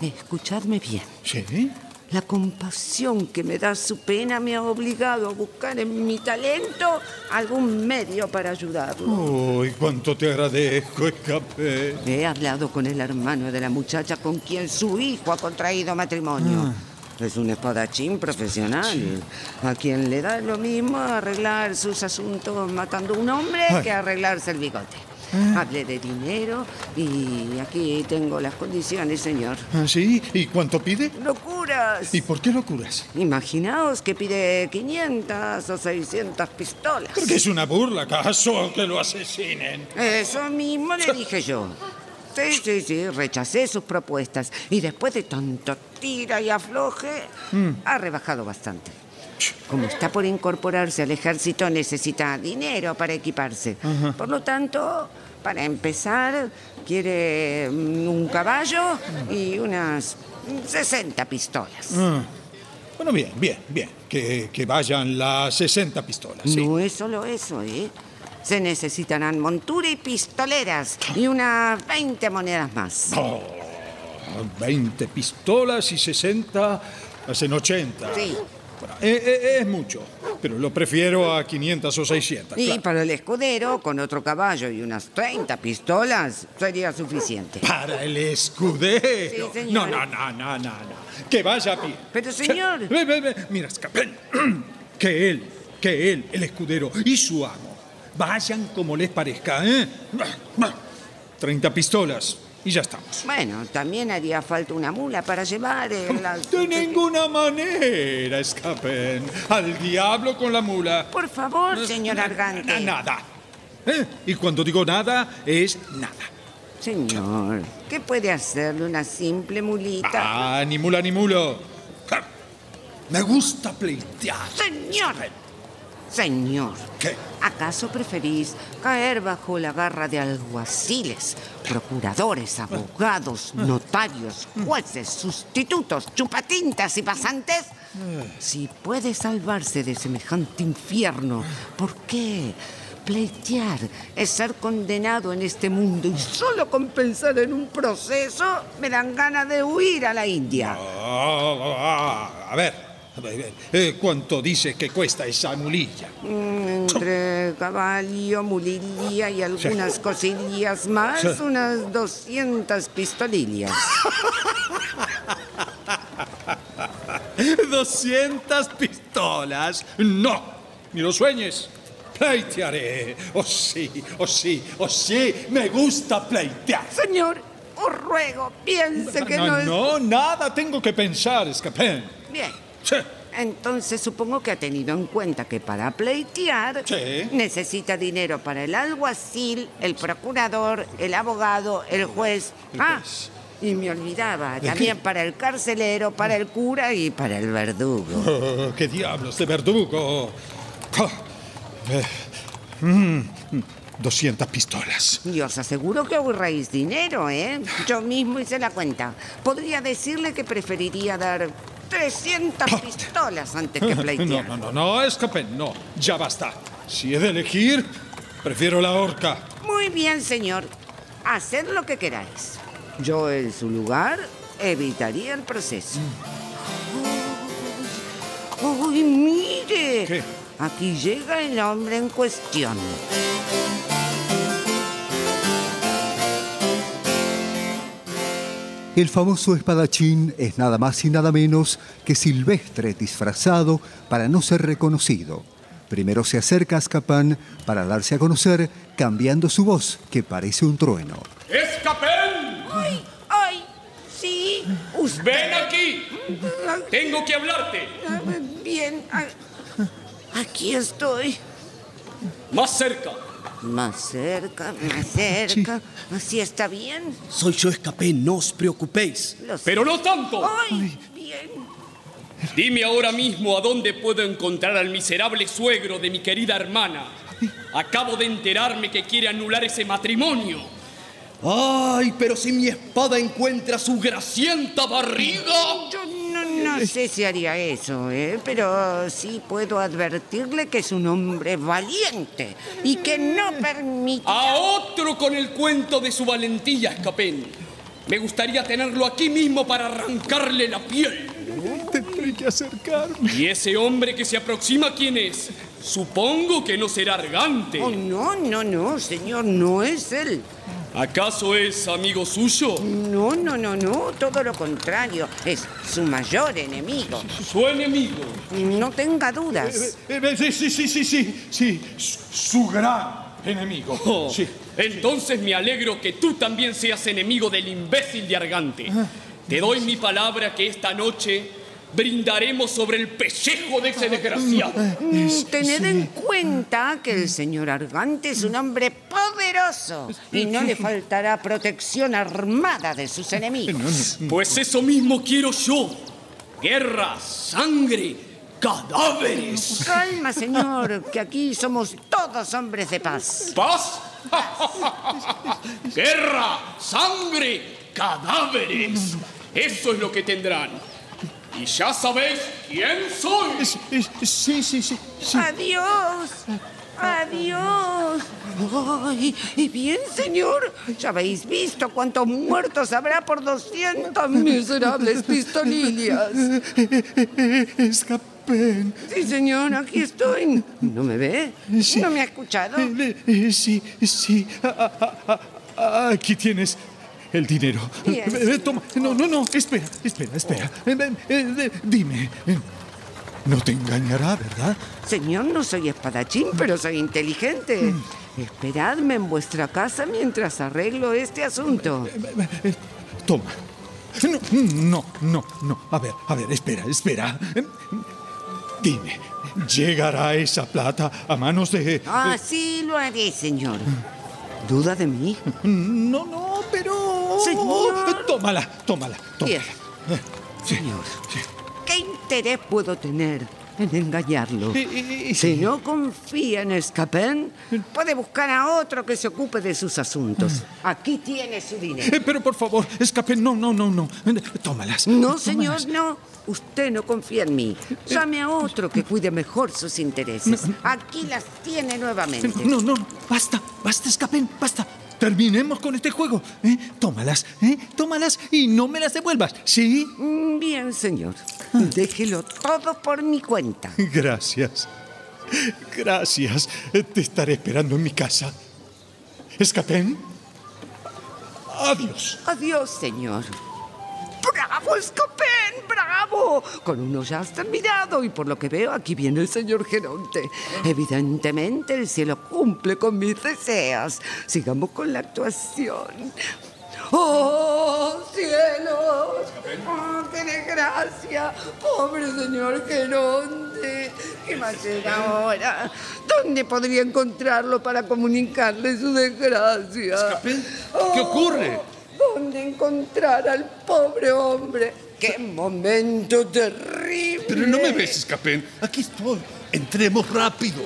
S5: Escuchadme bien.
S7: Sí.
S5: La compasión que me da su pena me ha obligado a buscar en mi talento algún medio para ayudarlo.
S7: Uy, cuánto te agradezco, Escapén.
S5: He hablado con el hermano de la muchacha con quien su hijo ha contraído
S7: Ah.
S5: matrimonio. Es un espadachín profesional, a quien le da lo mismo arreglar sus asuntos matando a un hombre que arreglarse el bigote.
S7: Ah.
S5: Hablé de dinero y aquí tengo las condiciones, señor.
S7: Ah, ¿Sí? ¿Y cuánto pide?
S5: ¡Locuras!
S7: ¿Y por qué lo curas?
S5: Imaginaos que pide 500 o 600 pistolas.
S7: Porque es una burla, ¿acaso? Que lo asesinen.
S5: Eso mismo le dije yo. Sí, sí, sí, rechacé sus propuestas. Y después de tanto tira y afloje, ha rebajado bastante. Como está por incorporarse al ejército, necesita dinero para equiparse. Por lo tanto, para empezar, quiere mm, un caballo y unas 60 pistolas.
S7: Ah. Bueno, bien, bien, bien. Que, que vayan las 60 pistolas, sí.
S5: No es solo eso, ¿eh? Se necesitarán montura y pistoleras y unas 20 monedas más.
S7: Oh, 20 pistolas y 60 hacen 80.
S5: Sí.
S7: Bueno, eh, eh, es mucho, pero lo prefiero a 500 o 600.
S5: Y
S7: claro.
S5: para el escudero, con otro caballo y unas 30 pistolas, sería suficiente.
S7: Para el escudero.
S5: Sí,
S7: no,
S5: señor.
S7: no, no, no, no, no. Que vaya a pie.
S5: Pero, señor.
S7: Ve, ve, ve. Mira, escapen. Que él, que él, el escudero y su amo, vayan como les parezca, ¿eh? 30 pistolas y ya estamos.
S5: Bueno, también haría falta una mula para llevar eh, las...
S7: De ninguna manera, escapen. Al diablo con la mula.
S5: Por favor, señor
S7: Na- na-
S5: Argante.
S7: Nada. ¿Eh? Y cuando digo nada, es nada.
S5: Señor, ¿qué puede hacerle una simple mulita?
S7: Ah, ni mula, ni mulo. Ja. Me gusta pleitear.
S5: Señor, señor,
S7: ¿Qué?
S5: ¿acaso preferís caer bajo la garra de alguaciles, procuradores, abogados, notarios, jueces, sustitutos, chupatintas y pasantes?
S7: Eh.
S5: Si puede salvarse de semejante infierno, ¿por qué? Pleitear es ser condenado en este mundo y solo con pensar en un proceso me dan ganas de huir a la India.
S7: Ah, a ver, a ver, a ver. Eh, ¿cuánto dices que cuesta esa mulilla?
S5: Mm, Entre caballo, mulilla y algunas cosillas más,
S7: Sí.
S5: unas 200 pistolillas.
S7: 200 pistolas. No, ni lo sueñes. Pleitearé. Oh sí, oh sí, oh sí, me gusta pleitear.
S5: Señor, os ruego, piense que no,
S7: no,
S5: es...
S7: no, nada tengo que pensar, escapén.
S5: Bien,
S7: Sí.
S5: entonces supongo que ha tenido en cuenta que para pleitear
S7: Sí.
S5: necesita dinero para el alguacil, el procurador, el abogado, el juez. Ah,
S7: juez.
S5: y me olvidaba,
S7: qué?
S5: también para el carcelero, para el cura y para el verdugo.
S7: Oh, ¡Qué diablos de verdugo! Ah, eh, mm, 200 pistolas.
S5: Y os aseguro que ahorráis dinero, ¿eh? Yo mismo hice la cuenta. Podría decirle que preferiría dar 300 pistolas antes que
S7: No,
S5: pleitear.
S7: no, no, no, escapen, no. Ya basta. Si he de elegir, prefiero la horca.
S5: Muy bien, señor. Haced lo que queráis. Yo, en su lugar, evitaría el proceso. ¡Uy, mire!
S7: ¿Qué?
S5: Aquí llega el hombre en cuestión.
S1: El famoso espadachín es nada más y nada menos que Silvestre disfrazado para no ser reconocido. Primero se acerca a Azkaban para darse a conocer, cambiando su voz, que parece un trueno.
S10: ¡Escapén!
S5: ¡Ay, ay! Sí, usted...
S10: ¡Ven aquí! ¡Tengo que hablarte!
S5: Bien, a- aquí estoy.
S10: ¡Más cerca!
S5: Más cerca, más cerca. ¿Así está bien?
S11: Soy yo, escapé, no os preocupéis.
S10: Pero no tanto.
S5: ¡Ay, bien!
S10: Dime ahora mismo a dónde puedo encontrar al miserable suegro de mi querida hermana. Acabo de enterarme que quiere anular ese matrimonio.
S11: ¡Ay, pero si mi espada encuentra su gracienta barriga!
S5: Yo no, no sé si haría eso, ¿eh? pero sí puedo advertirle que es un hombre valiente y que no permite...
S10: A otro con el cuento de su valentía, Escapén. Me gustaría tenerlo aquí mismo para arrancarle la piel.
S7: Tendré que acercarme.
S10: ¿Y ese hombre que se aproxima quién es? Supongo que no será argante.
S5: Oh, no, no, no, señor, no es él.
S10: ¿Acaso es amigo suyo?
S5: No, no, no, no, todo lo contrario. Es su mayor enemigo.
S10: Su enemigo.
S5: No tenga dudas.
S7: Eh, eh, sí, sí, sí, sí, sí, sí, su, su gran enemigo.
S10: Oh,
S7: Sí.
S10: Entonces me alegro que tú también seas enemigo del imbécil de Argante.
S7: Ah.
S10: Te doy mi palabra que esta noche brindaremos sobre el pellejo de
S7: Ah.
S10: ese desgraciado.
S5: Mm, Tened en cuenta que el señor Argante es un hombre poderoso y no le faltará protección armada de sus enemigos.
S10: Pues eso mismo quiero yo. Guerra, sangre, cadáveres.
S5: Calma, señor, que aquí somos todos hombres de paz.
S10: ¿Paz? Guerra, sangre, cadáveres. Eso es lo que tendrán. Y ya sabéis quién soy.
S7: Es- es- Sí, sí, sí. sí.
S5: Adiós. Adiós. Ay, y bien, señor, ya habéis visto cuántos muertos habrá por 200 miserables pistolillas.
S7: Escapé.
S5: Sí, señor, aquí estoy. ¿No me ve? ¿No me ha escuchado?
S7: Eh, eh, eh, Sí, sí. Ah, ah, ah, ah, Aquí tienes el dinero.
S5: Bien.
S7: Eh, eh, Toma. No, no, no. Espera, espera, espera. Eh, eh, eh, Dime. eh, No te engañará, ¿verdad?
S5: Señor, no soy espadachín, pero soy inteligente.
S7: Mm.
S5: Esperadme en vuestra casa mientras arreglo este asunto.
S7: Eh, Toma. No, no, no, no. A ver, a ver, espera, espera. Eh, Dime, ¿llegará esa plata a manos de... eh,
S5: Así lo haré, Ah, señor. ¿Duda de mí?
S7: No, no, pero...
S5: Señor.
S7: Tómala, tómala, tómala. Eh,
S5: Bien. Señor, ¿qué interés puedo tener en engañarlo? Si no confía en Escapén,
S7: Mm.
S5: puede buscar a otro que se ocupe de sus asuntos. Aquí tiene su dinero.
S7: Eh, pero por favor, escape. No, no, no, no. Eh, Tómalas.
S5: No, señor, no. Usted no confía en mí. Llame a otro que cuide mejor sus intereses. Aquí las tiene nuevamente.
S7: No, no, no. Basta, basta, escapen, basta. Terminemos con este juego. ¿eh? Tómalas, ¿eh? tómalas y no me las devuelvas. ¿Sí? Ah.
S5: Mm, Bien, señor. Déjelo todo por mi cuenta.
S7: Gracias. Gracias. Eh, Te estaré esperando en mi casa. Escapen. Adiós.
S5: Adiós, señor. ¡Bravo, Escopén! ¡Bravo! Con uno ya has terminado y por lo que veo aquí viene el señor Geronte. Evidentemente el cielo cumple con mis deseos. Sigamos con la actuación. ¡Oh, cielo! ¡Oh, qué desgracia! ¡Pobre señor Geronte! ¿Qué va a hacer ahora? ¿Dónde podría encontrarlo para comunicarle su desgracia? Oh,
S9: Escapé. ¿Qué ocurre?
S5: ¿Dónde encontrar al pobre hombre? ¡Qué momento terrible!
S9: Pero no me ves, Escapén. Aquí estoy. Entremos rápido.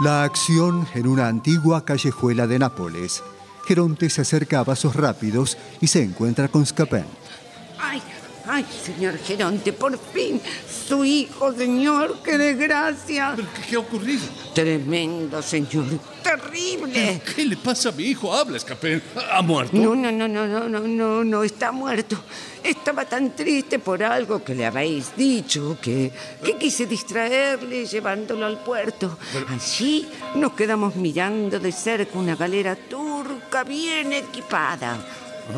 S1: La acción en una antigua callejuela de Nápoles. Geronte se acerca a vasos rápidos y se encuentra con Scapin.
S5: ¡Ay, ay, señor Geronte, por fin! ¡Su hijo, señor! ¡Qué desgracia!
S9: ¿Pero qué, qué ha ocurrido?
S5: Tremendo, señor. ¡Terrible!
S9: ¿Qué le pasa a mi hijo? Habla, Escapén. ¿Ha muerto?
S5: No, no, no, no, no, no, no, no, está muerto. Estaba tan triste por algo que le habéis dicho que,
S9: Eh.
S5: que quise distraerle llevándolo al puerto. Allí nos quedamos mirando de cerca una galera turca bien equipada.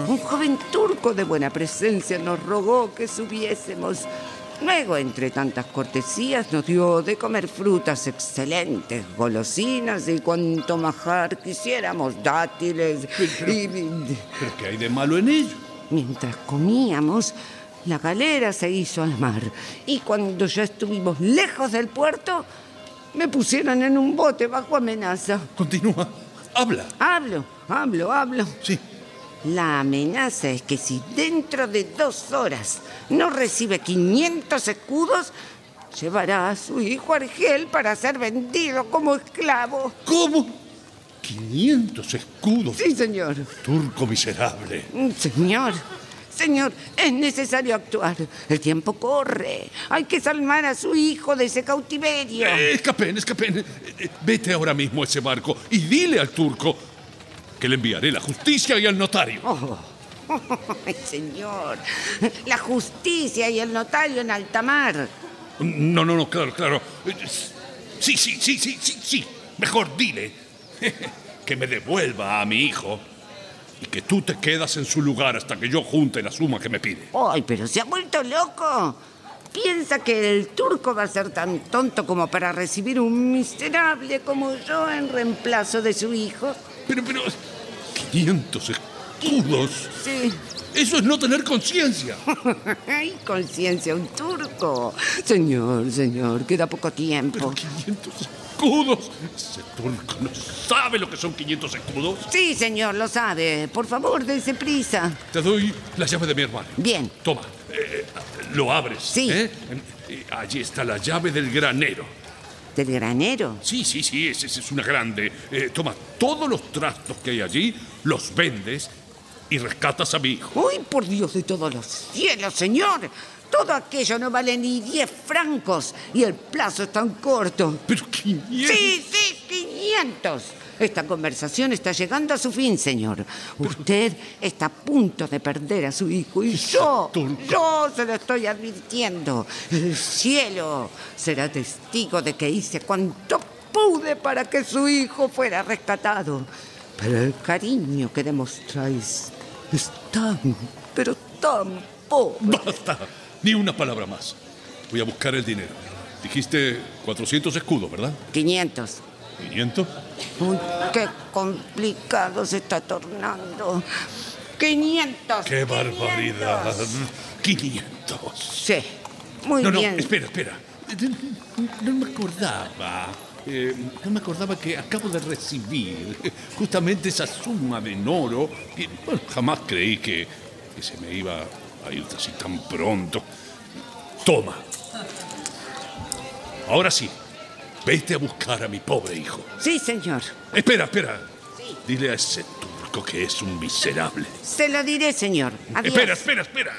S5: Un joven turco de buena presencia nos rogó que subiésemos. Luego, entre tantas cortesías, nos dio de comer frutas excelentes, golosinas y cuanto majar quisiéramos, dátiles y...
S9: ¿Pero qué hay de malo en ello?
S5: Mientras comíamos, la galera se hizo al mar y cuando ya estuvimos lejos del puerto, me pusieron en un bote bajo amenaza.
S9: Continúa. Habla.
S5: Hablo, hablo, hablo.
S9: Sí.
S5: La amenaza es que si dentro de dos horas no recibe 500 escudos, llevará a su hijo Argel para ser vendido como esclavo.
S9: ¿Cómo? 500 escudos.
S5: Sí, señor. Mm,
S9: Turco miserable.
S5: Señor, señor, es necesario actuar. El tiempo corre. Hay que salvar a su hijo de ese cautiverio.
S9: Eh, escapen, escapen. Eh, eh, Vete ahora mismo a ese barco y dile al turco que le enviaré la justicia y al notario.
S5: Oh. Ay, señor, la justicia y el notario en alta mar.
S9: No, no, no, claro, claro. Eh, Sí, sí, sí, sí, sí, sí. Mejor dile que me devuelva a mi hijo y que tú te quedas en su lugar hasta que yo junte la suma que me pide.
S5: Ay, pero se ha vuelto loco. Piensa que el turco va a ser tan tonto como para recibir un miserable como yo en reemplazo de su hijo.
S9: Pero, pero, 500 escudos.
S5: Sí.
S9: Eso es no tener conciencia.
S5: Ay, conciencia, un turco. Señor, señor, queda poco tiempo.
S9: Escudos. Ese turco no sabe lo que son 500 escudos.
S5: Sí, señor, lo sabe. Por favor, dése prisa.
S9: Te doy la llave de mi hermano.
S5: Bien.
S9: Toma, eh, lo abres. Sí. Allí está la llave del granero.
S5: ¿Del granero?
S9: Sí, sí, sí, es, es- es una grande. Eh, toma todos los trastos que hay allí, los vendes y rescatas a mi hijo.
S5: ¡Uy, por Dios de todos los cielos, señor! Todo aquello no vale ni 10 francos y el plazo es tan corto.
S9: Pero 500.
S5: Sí, sí, 500. Esta conversación está llegando a su fin, señor. Usted está a punto de perder a su hijo y yo, yo se lo estoy advirtiendo. El cielo será testigo de que hice cuanto pude para que su hijo fuera rescatado. Pero el cariño que demostráis es tan, pero tan pobre.
S9: Basta, ni una palabra más. Voy a buscar el dinero. Dijiste 400 escudos, ¿verdad?
S5: 500.
S9: ¿500?
S5: Uy, qué complicado se está tornando. 500.
S9: ¡Qué barbaridad! 500.
S5: Sí, muy
S9: no,
S5: bien.
S9: no, espera, espera. No me acordaba. eh, no me acordaba que acabo de recibir justamente esa suma de oro. Y, bueno, jamás creí que, que se me iba a ir así tan pronto. Toma. Ahora sí, vete a buscar a mi pobre hijo.
S5: Sí, señor.
S9: Espera, espera. Dile a ese turco que es un miserable.
S5: Se lo diré, señor. Adiós.
S9: Espera, espera, espera.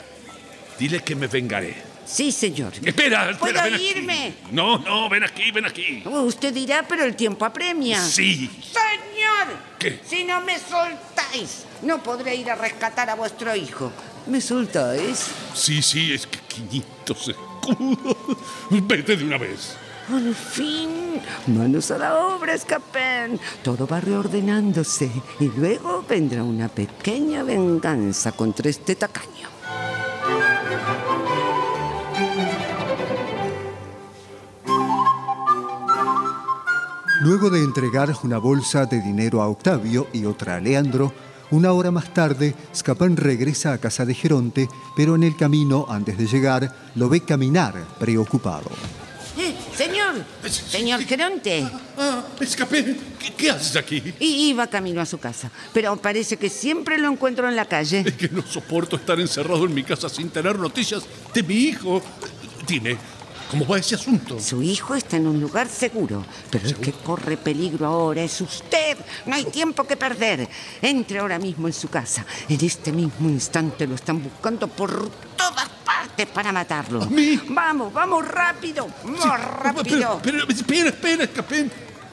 S9: Dile que me vengaré.
S5: Sí, señor.
S9: Espera, espera.
S5: ¿Puedo
S9: ven aquí.
S5: irme?
S9: No, no, ven aquí, ven aquí.
S5: Uh, Usted dirá, pero el tiempo apremia.
S9: Sí.
S5: Señor,
S9: ¿Qué?
S5: si no me soltáis, no podré ir a rescatar a vuestro hijo. ¿Me soltáis?
S9: Sí, sí, es que 500 escudos. Vete de una vez.
S5: Al fin, manos a la obra, escapen. Todo va reordenándose y luego vendrá una pequeña venganza contra este tacaño.
S1: Luego de entregar una bolsa de dinero a Octavio y otra a Leandro, una hora más tarde, Scapán regresa a casa de Geronte, pero en el camino, antes de llegar, lo ve caminar preocupado.
S5: Eh, señor, señor Geronte.
S9: Ah, escapé. ¿Qué, qué haces aquí?
S5: Y iba camino a su casa, pero parece que siempre lo encuentro en la calle.
S9: Es que no soporto estar encerrado en mi casa sin tener noticias de mi hijo. Dime, ¿cómo va ese asunto?
S5: Su hijo está en un lugar seguro, pero el que corre peligro ahora es usted. No hay tiempo que perder. Entre ahora mismo en su casa. En este mismo instante lo están buscando por todas partes para matarlo. Vamos, vamos rápido. Vamos rápido.
S9: Pero, pero, espera, espera, escapé.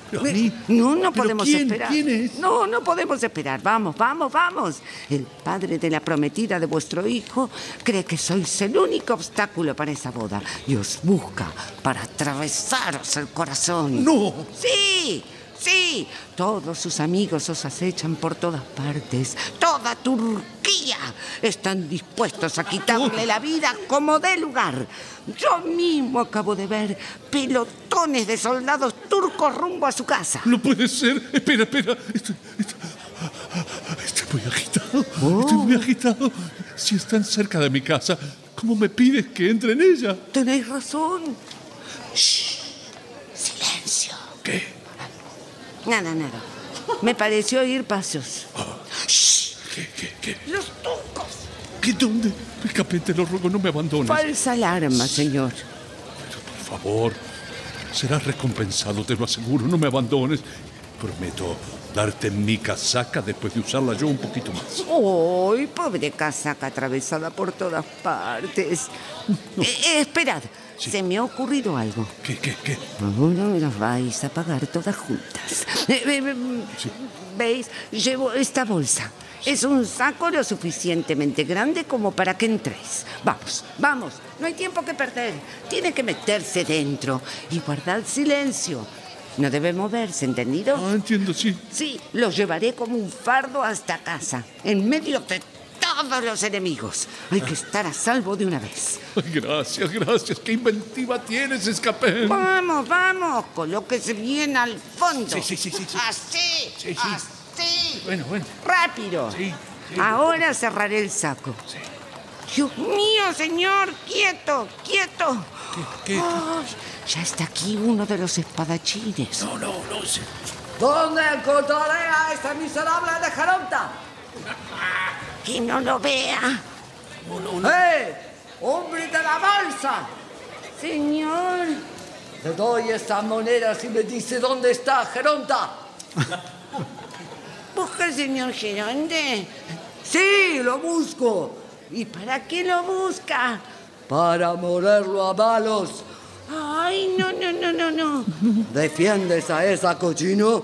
S9: Pero a mí-
S5: No, no
S9: ¿Pero
S5: podemos
S9: quién-
S5: esperar.
S9: quién es?
S5: No, no podemos esperar. Vamos, vamos, vamos. El padre de la prometida de vuestro hijo cree que sois el único obstáculo para esa boda y os busca para atravesaros el corazón.
S9: No.
S5: Sí. Sí, todos sus amigos os acechan por todas partes. Toda Turquía están dispuestos a quitarle la vida como dé lugar. Yo mismo acabo de ver pelotones de soldados turcos rumbo a su casa.
S9: No puede ser. Espera, Oh. espera. Estoy, estoy- estoy muy agitado. Estoy muy agitado. Si están cerca de mi casa, ¿cómo me pides que entre en ella?
S5: Tenéis razón.
S9: Silencio. ¿Qué?
S5: Nada, nada. Me pareció oír pasos.
S9: Ah. ¿Qué? ¿Qué? ¿Qué?
S5: Los turcos.
S9: ¿Qué? ¿Dónde? Escapé, te lo ruego, no me abandones.
S5: Falsa alarma, señor.
S9: Por favor, serás recompensado, te lo aseguro, no me abandones. Prometo darte mi casaca después de usarla yo un poquito más.
S5: ¡Ay, pobre casaca atravesada por todas partes! Eh, eh, esperad, se me ha ocurrido algo.
S9: ¿Qué, qué, qué?
S5: Ahora me las vais a pagar todas juntas. Eh, eh, eh, ¿Veis? Llevo esta bolsa. Es un saco lo suficientemente grande como para que entréis. Vamos, vamos, no hay tiempo que perder. Tiene que meterse dentro y guardad silencio. No debe moverse, ¿entendido?
S9: Ah, entiendo, sí.
S5: Sí, lo llevaré como un fardo hasta casa, en medio de todos los enemigos. Hay que estar a salvo de una vez.
S9: Ay, gracias, gracias. ¿Qué inventiva tienes, escapé?
S5: Vamos, vamos, colóquese bien al fondo.
S9: Sí, sí, sí, sí, sí.
S5: Así,
S9: Sí, sí.
S5: así.
S9: Bueno, bueno.
S5: Rápido.
S9: Sí, sí.
S5: Ahora cerraré el saco. Dios mío, señor, quieto, quieto.
S9: ¿Qué?
S5: Ay, ya está aquí uno de los espadachines.
S9: Oh, No, no, no. sí.
S12: ¿Dónde encontraré a esa miserable de Jaronta?
S5: Que no lo vea.
S9: Oh,
S12: ¡Eh! ¡Hombre de la balsa!
S5: Señor.
S12: Le doy esta moneda si me dice dónde está Geronta.
S5: ¿Busca el señor Geronte?
S12: Sí, lo busco.
S5: ¿Y para qué lo busca?
S12: Para morerlo a balos.
S5: Ay, no, no, no, no, no.
S12: ¿Defiendes a esa cochino?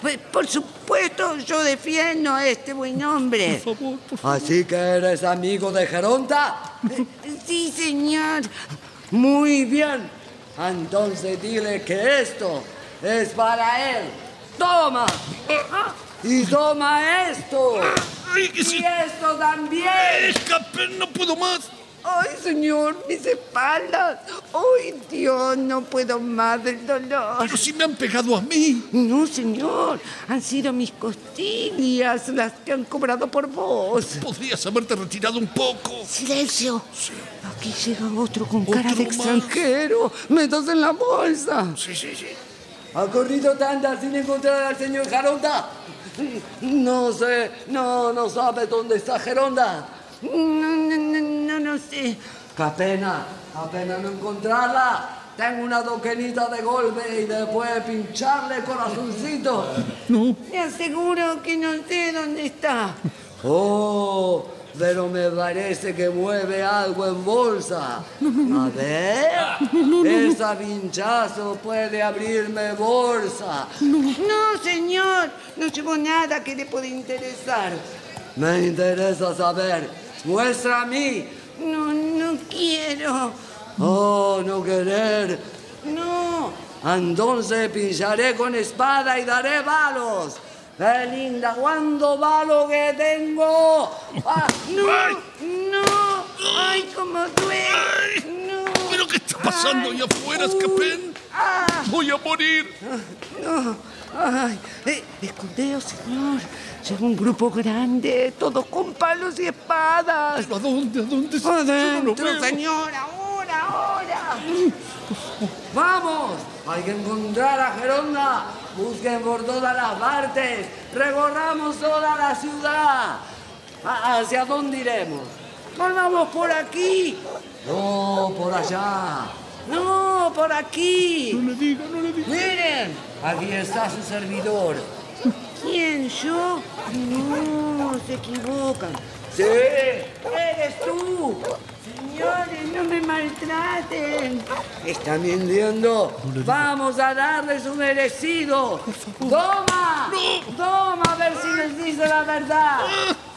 S5: Pues, Por supuesto, yo defiendo a este buen hombre.
S9: Por favor, por
S12: Así que eres amigo de Geronta.
S5: eh, Sí, señor.
S12: Muy bien. Entonces dile que esto es para él. Toma. Y toma esto.
S9: Ay, que sí.
S12: Y esto también.
S9: Escapé, no puedo más.
S5: Ay, señor, mis espaldas. Ay, Dios, no puedo más del dolor.
S9: Pero si me han pegado a mí.
S5: No, señor, han sido mis costillas las que han cobrado por vos.
S9: Podrías haberte retirado un poco.
S5: Silencio. Aquí llega otro con cara de
S9: más.
S5: extranjero. Me das en la bolsa.
S9: Sí, sí, sí.
S12: Ha corrido tanda sin encontrar al señor Geronta. No sé, no, no sabe dónde está Geronta.
S5: No, no, no, no, no sé.
S12: Qué pena, qué pena no encontrarla. Tengo una doquenita de golpe y después pincharle corazoncito.
S5: Te aseguro que no sé dónde está.
S12: Oh, pero me parece que mueve algo en bolsa. A ver, esa pinchazo puede abrirme bolsa.
S5: No, señor, no llevo nada que le pueda interesar.
S12: Me interesa saber. Muestra a mí.
S5: No, no quiero.
S12: Oh, no querer.
S5: No.
S12: Entonces pincharé con espada y daré balos. ¡Qué linda! ¿Cuánto balo que tengo? Ah,
S5: No, no, ay, cómo duele. No.
S9: ¿Pero qué está pasando
S5: Ay,
S9: ahí afuera,
S5: uy,
S9: Escapén?
S5: Ah,
S9: Voy a morir.
S5: no. Ay, eh, escondeos, señor. Llega un grupo grande, todos con palos y espadas.
S9: ¿Pero a dónde? ¿A dónde? Yo no lo
S5: Adentro,
S9: veo.
S5: señor, ahora, ahora.
S12: ¡Vamos! Hay que encontrar a Geronda. Busquen por todas las partes. Recorramos toda la ciudad. ¿A- ¿Hacia dónde iremos?
S5: Volvamos por aquí.
S12: No, por allá.
S5: No, por aquí.
S9: No le diga, no le diga.
S12: Miren, aquí está su servidor.
S5: ¿Quién, yo? No, se equivocan.
S12: Sí.
S5: Eres tú. Señores, no me maltraten.
S12: Están mintiendo. Vamos a darle su merecido. ¡Toma! ¡Toma! A ver si les dice la verdad.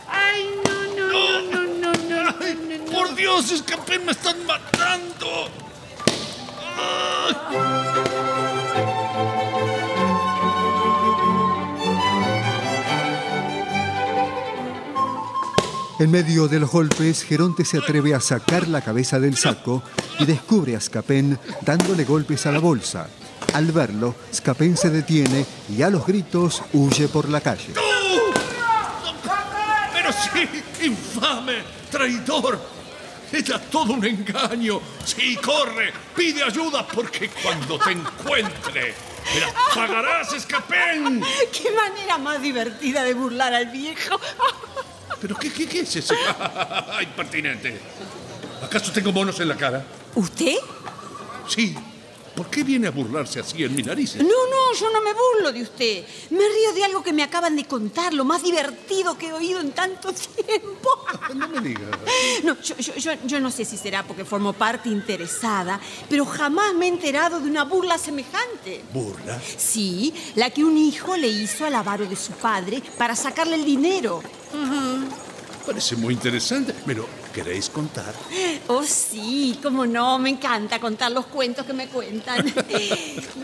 S5: Ay, no, no, no, no, no, no, no, no, no.
S9: Por Dios, escapé, me están matando.
S1: En medio de los golpes, Geronte se atreve a sacar la cabeza del saco y descubre a Scapén dándole golpes a la bolsa. Al verlo, Scapén se detiene y a los gritos huye por la calle.
S9: ¡Pero Pero sí, infame, traidor. Era todo un engaño. Sí, corre, pide ayuda porque cuando te encuentre, me la pagarás, escapén.
S13: ¡Qué manera más divertida de burlar al viejo!
S9: ¿Pero qué, qué, qué es eso? Impertinente. ¿Acaso tengo monos en la cara?
S13: ¿Usted?
S9: Sí. ¿Por qué viene a burlarse así en mi nariz?
S13: No, no, yo no me burlo de usted. Me río de algo que me acaban de contar, lo más divertido que he oído en tanto tiempo.
S9: No me diga.
S13: No, yo, yo- yo- yo no sé si será porque formo parte interesada, pero jamás me he enterado de una burla semejante.
S9: ¿Burla?
S13: Sí, la que un hijo le hizo al avaro de su padre para sacarle el dinero. Ujú.
S9: Parece muy interesante. ¿Me lo queréis contar?
S13: Oh, sí, cómo no, me encanta contar los cuentos que me cuentan.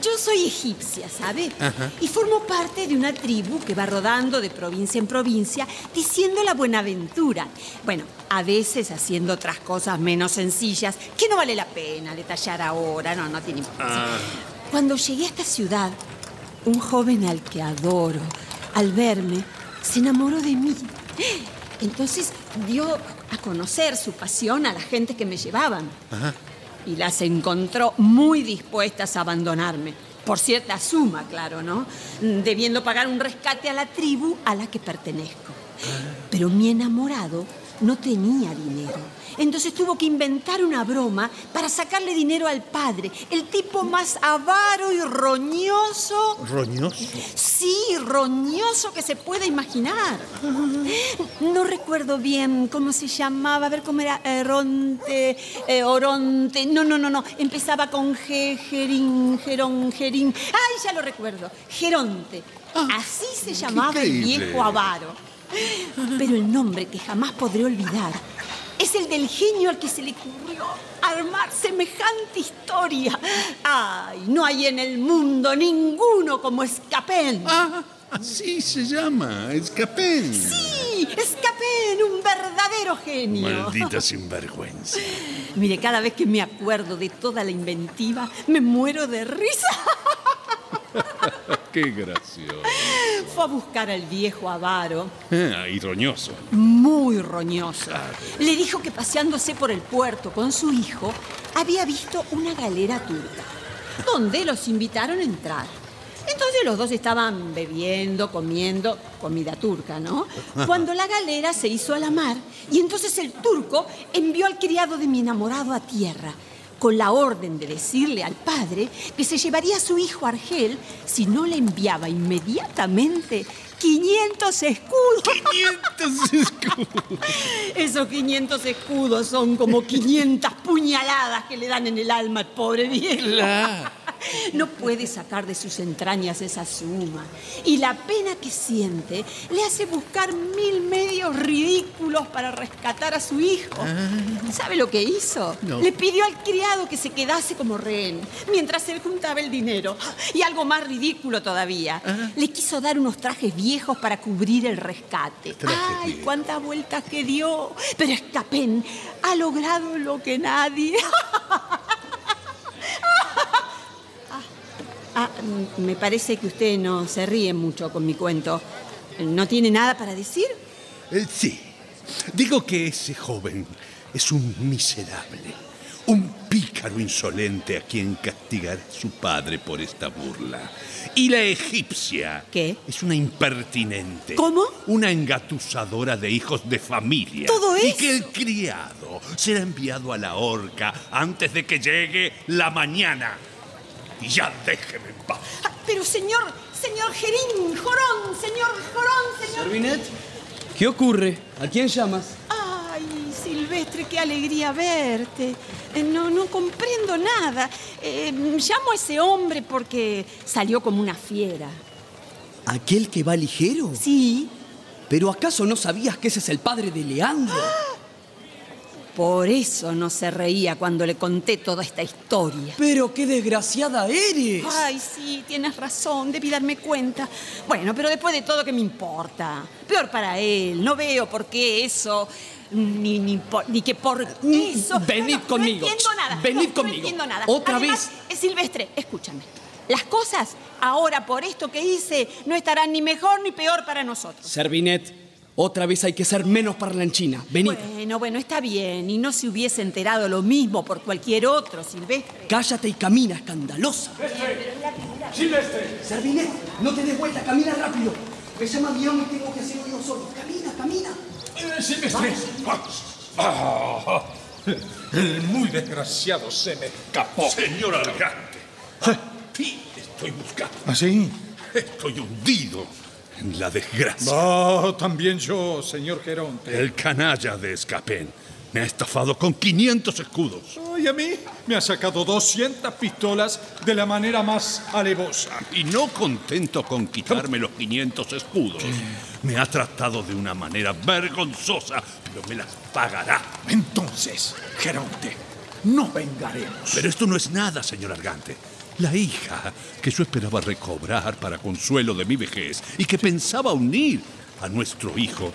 S13: Yo soy egipcia, ¿sabe?
S9: Ajá.
S13: Y formo parte de una tribu que va rodando de provincia en provincia diciendo la buenaventura. Bueno, a veces haciendo otras cosas menos sencillas que no vale la pena detallar ahora, no, no tiene importancia.
S9: Ah,
S13: Cuando llegué a esta ciudad, un joven al que adoro, al verme, se enamoró de mí. Entonces dio a conocer su pasión a la gente que me llevaban
S9: ajá.
S13: y las encontró muy dispuestas a abandonarme. Por cierta suma, claro, ¿no? Debiendo pagar un rescate a la tribu a la que pertenezco. Pero mi enamorado no tenía dinero. Entonces tuvo que inventar una broma para sacarle dinero al padre, el tipo más avaro y roñoso.
S9: Roñoso.
S13: Sí, roñoso que se puede imaginar. No recuerdo bien cómo se llamaba, a ver cómo era eh, Ronte, eh, Oronte. No, no, no, no. Empezaba con G, Gerín, Gerón, Gerín. ¡Ay, ya lo recuerdo! Geronte. Así se llamaba el
S14: increíble.
S13: viejo avaro. Pero el nombre que jamás podré olvidar es el del genio al que se le ocurrió armar semejante historia. ¡Ay, no hay en el mundo ninguno como Escapén!
S9: Ah, Así se llama, escapén.
S13: ¡Sí! ¡Escapén, un verdadero genio!
S9: Maldita sinvergüenza.
S13: Mire, cada vez que me acuerdo de toda la inventiva, me muero de risa.
S9: Qué gracioso.
S13: Fue a buscar al viejo avaro,
S9: Ah, y roñoso.
S13: muy roñoso. Le dijo que paseándose por el puerto con su hijo, había visto una galera turca, donde los invitaron a entrar. Entonces los dos estaban bebiendo, comiendo comida turca, ¿no? Cuando la galera se hizo a la mar, y entonces el turco envió al criado de mi enamorado a tierra, con la orden de decirle al padre que se llevaría a su hijo a Argel si no le enviaba inmediatamente 500 escudos.
S9: 500 escudos.
S13: Esos 500 escudos son como 500 puñaladas que le dan en el alma al pobre viejo.
S14: Claro.
S13: No puede sacar de sus entrañas esa suma. Y la pena que siente le hace buscar mil medios ridículos para rescatar a su hijo. ¿Sabe lo que hizo?
S14: Ah. No.
S13: Le pidió al criado que se quedase como rehén mientras él juntaba el dinero. Y algo más ridículo todavía. Le quiso dar unos trajes viejos para cubrir el rescate. ¡Ay, cuántas vueltas que dio! Pero Escapén ha logrado lo que nadie. Ah, m- me parece que usted no se ríe mucho con mi cuento. ¿No tiene nada para decir?
S9: Eh, sí. Digo que ese joven es un miserable, un pícaro insolente a quien castigará su padre por esta burla. Y la egipcia.
S13: ¿Qué?
S9: Es una impertinente.
S13: ¿Cómo?
S9: Una engatusadora de hijos de familia.
S13: ¿Todo
S9: Y
S13: eso?
S9: que el criado será enviado a la horca antes de que llegue la mañana. Y ya déjeme en paz.
S13: Pero señor, señor Gerín, Jorón, señor Jorón, señor...
S4: Servinet, ¿qué ocurre? ¿A quién llamas?
S13: Ay, Silvestre, qué alegría verte. Eh, No, no comprendo nada. Eh, llamo a ese hombre porque salió como una fiera.
S11: ¿Aquel que va ligero?
S13: Sí.
S11: ¿Pero acaso no sabías que ese es el padre de Leandro?
S13: Por eso no se reía cuando le conté toda esta historia.
S11: ¡Pero qué desgraciada eres!
S13: Ay, sí, tienes razón, debí darme cuenta. Bueno, pero después de todo, ¿qué me importa? Peor para él, no veo por qué eso, ni, ni, por- ni que por qué eso...
S4: Mm, venid
S13: no
S4: conmigo,
S13: entiendo nada,
S4: venid
S13: no, no
S4: conmigo.
S13: entiendo nada.
S4: Otra
S13: Además, eh, Silvestre, escúchame. Las cosas ahora por esto que hice no estarán ni mejor ni peor para nosotros.
S4: Servinet, Otra vez hay que ser menos parlanchina. Venid.
S13: Bueno, bueno, está bien. Y no se hubiese enterado lo mismo por cualquier otro, Silvestre.
S4: Cállate y camina, escandalosa.
S11: ¡Silvestre! ¡Sardinet! ¡No te des vuelta! ¡Camina rápido! Me llama Guión y tengo que hacerlo yo solo. ¡Camina, camina!
S7: ¡Silvestre! Ah, el muy desgraciado se me escapó. Ah.
S9: Señor Argante, a ti estoy buscando.
S7: ¿Así?
S9: Estoy hundido en la desgracia.
S7: Oh, también yo, señor Geronte.
S9: El canalla de Escapén me ha estafado con 500 escudos.
S7: Ay, a mí me ha sacado 200 pistolas de la manera más alevosa.
S9: Y no contento con quitarme los 500 escudos, me ha tratado de una manera vergonzosa, pero me las pagará.
S7: Entonces, Geronte, no vengaremos.
S9: Pero esto no es nada, señor Argante. La hija que yo esperaba recobrar para consuelo de mi vejez y que pensaba unir a nuestro hijo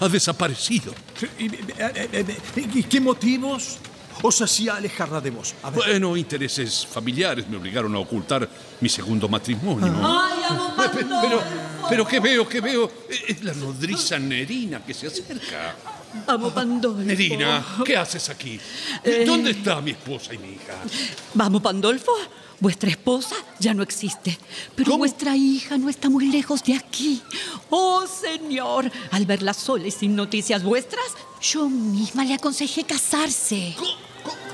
S9: ha
S7: Eh,
S9: desaparecido.
S7: ¿Y, y- eh, y- y qué motivos os hacía alejarla de vos? A ver.
S9: Bueno, intereses familiares me obligaron a ocultar mi segundo matrimonio.
S7: Ah.
S13: ¡Ay, amo
S9: Pe- pe- Pero, pero ¿qué veo? ¿Qué veo? Eh, Es la nodriza Nerina que se acerca.
S13: Amo Pandolfo.
S9: Nerina, ¿qué haces aquí?
S13: Eh.
S9: ¿Dónde está mi esposa y mi hija?
S14: Vamos, Pandolfo. Vuestra esposa ya no existe, pero vuestra hija no está muy lejos de aquí. Oh, señor, al verla sola y sin noticias vuestras, yo misma le aconsejé casarse.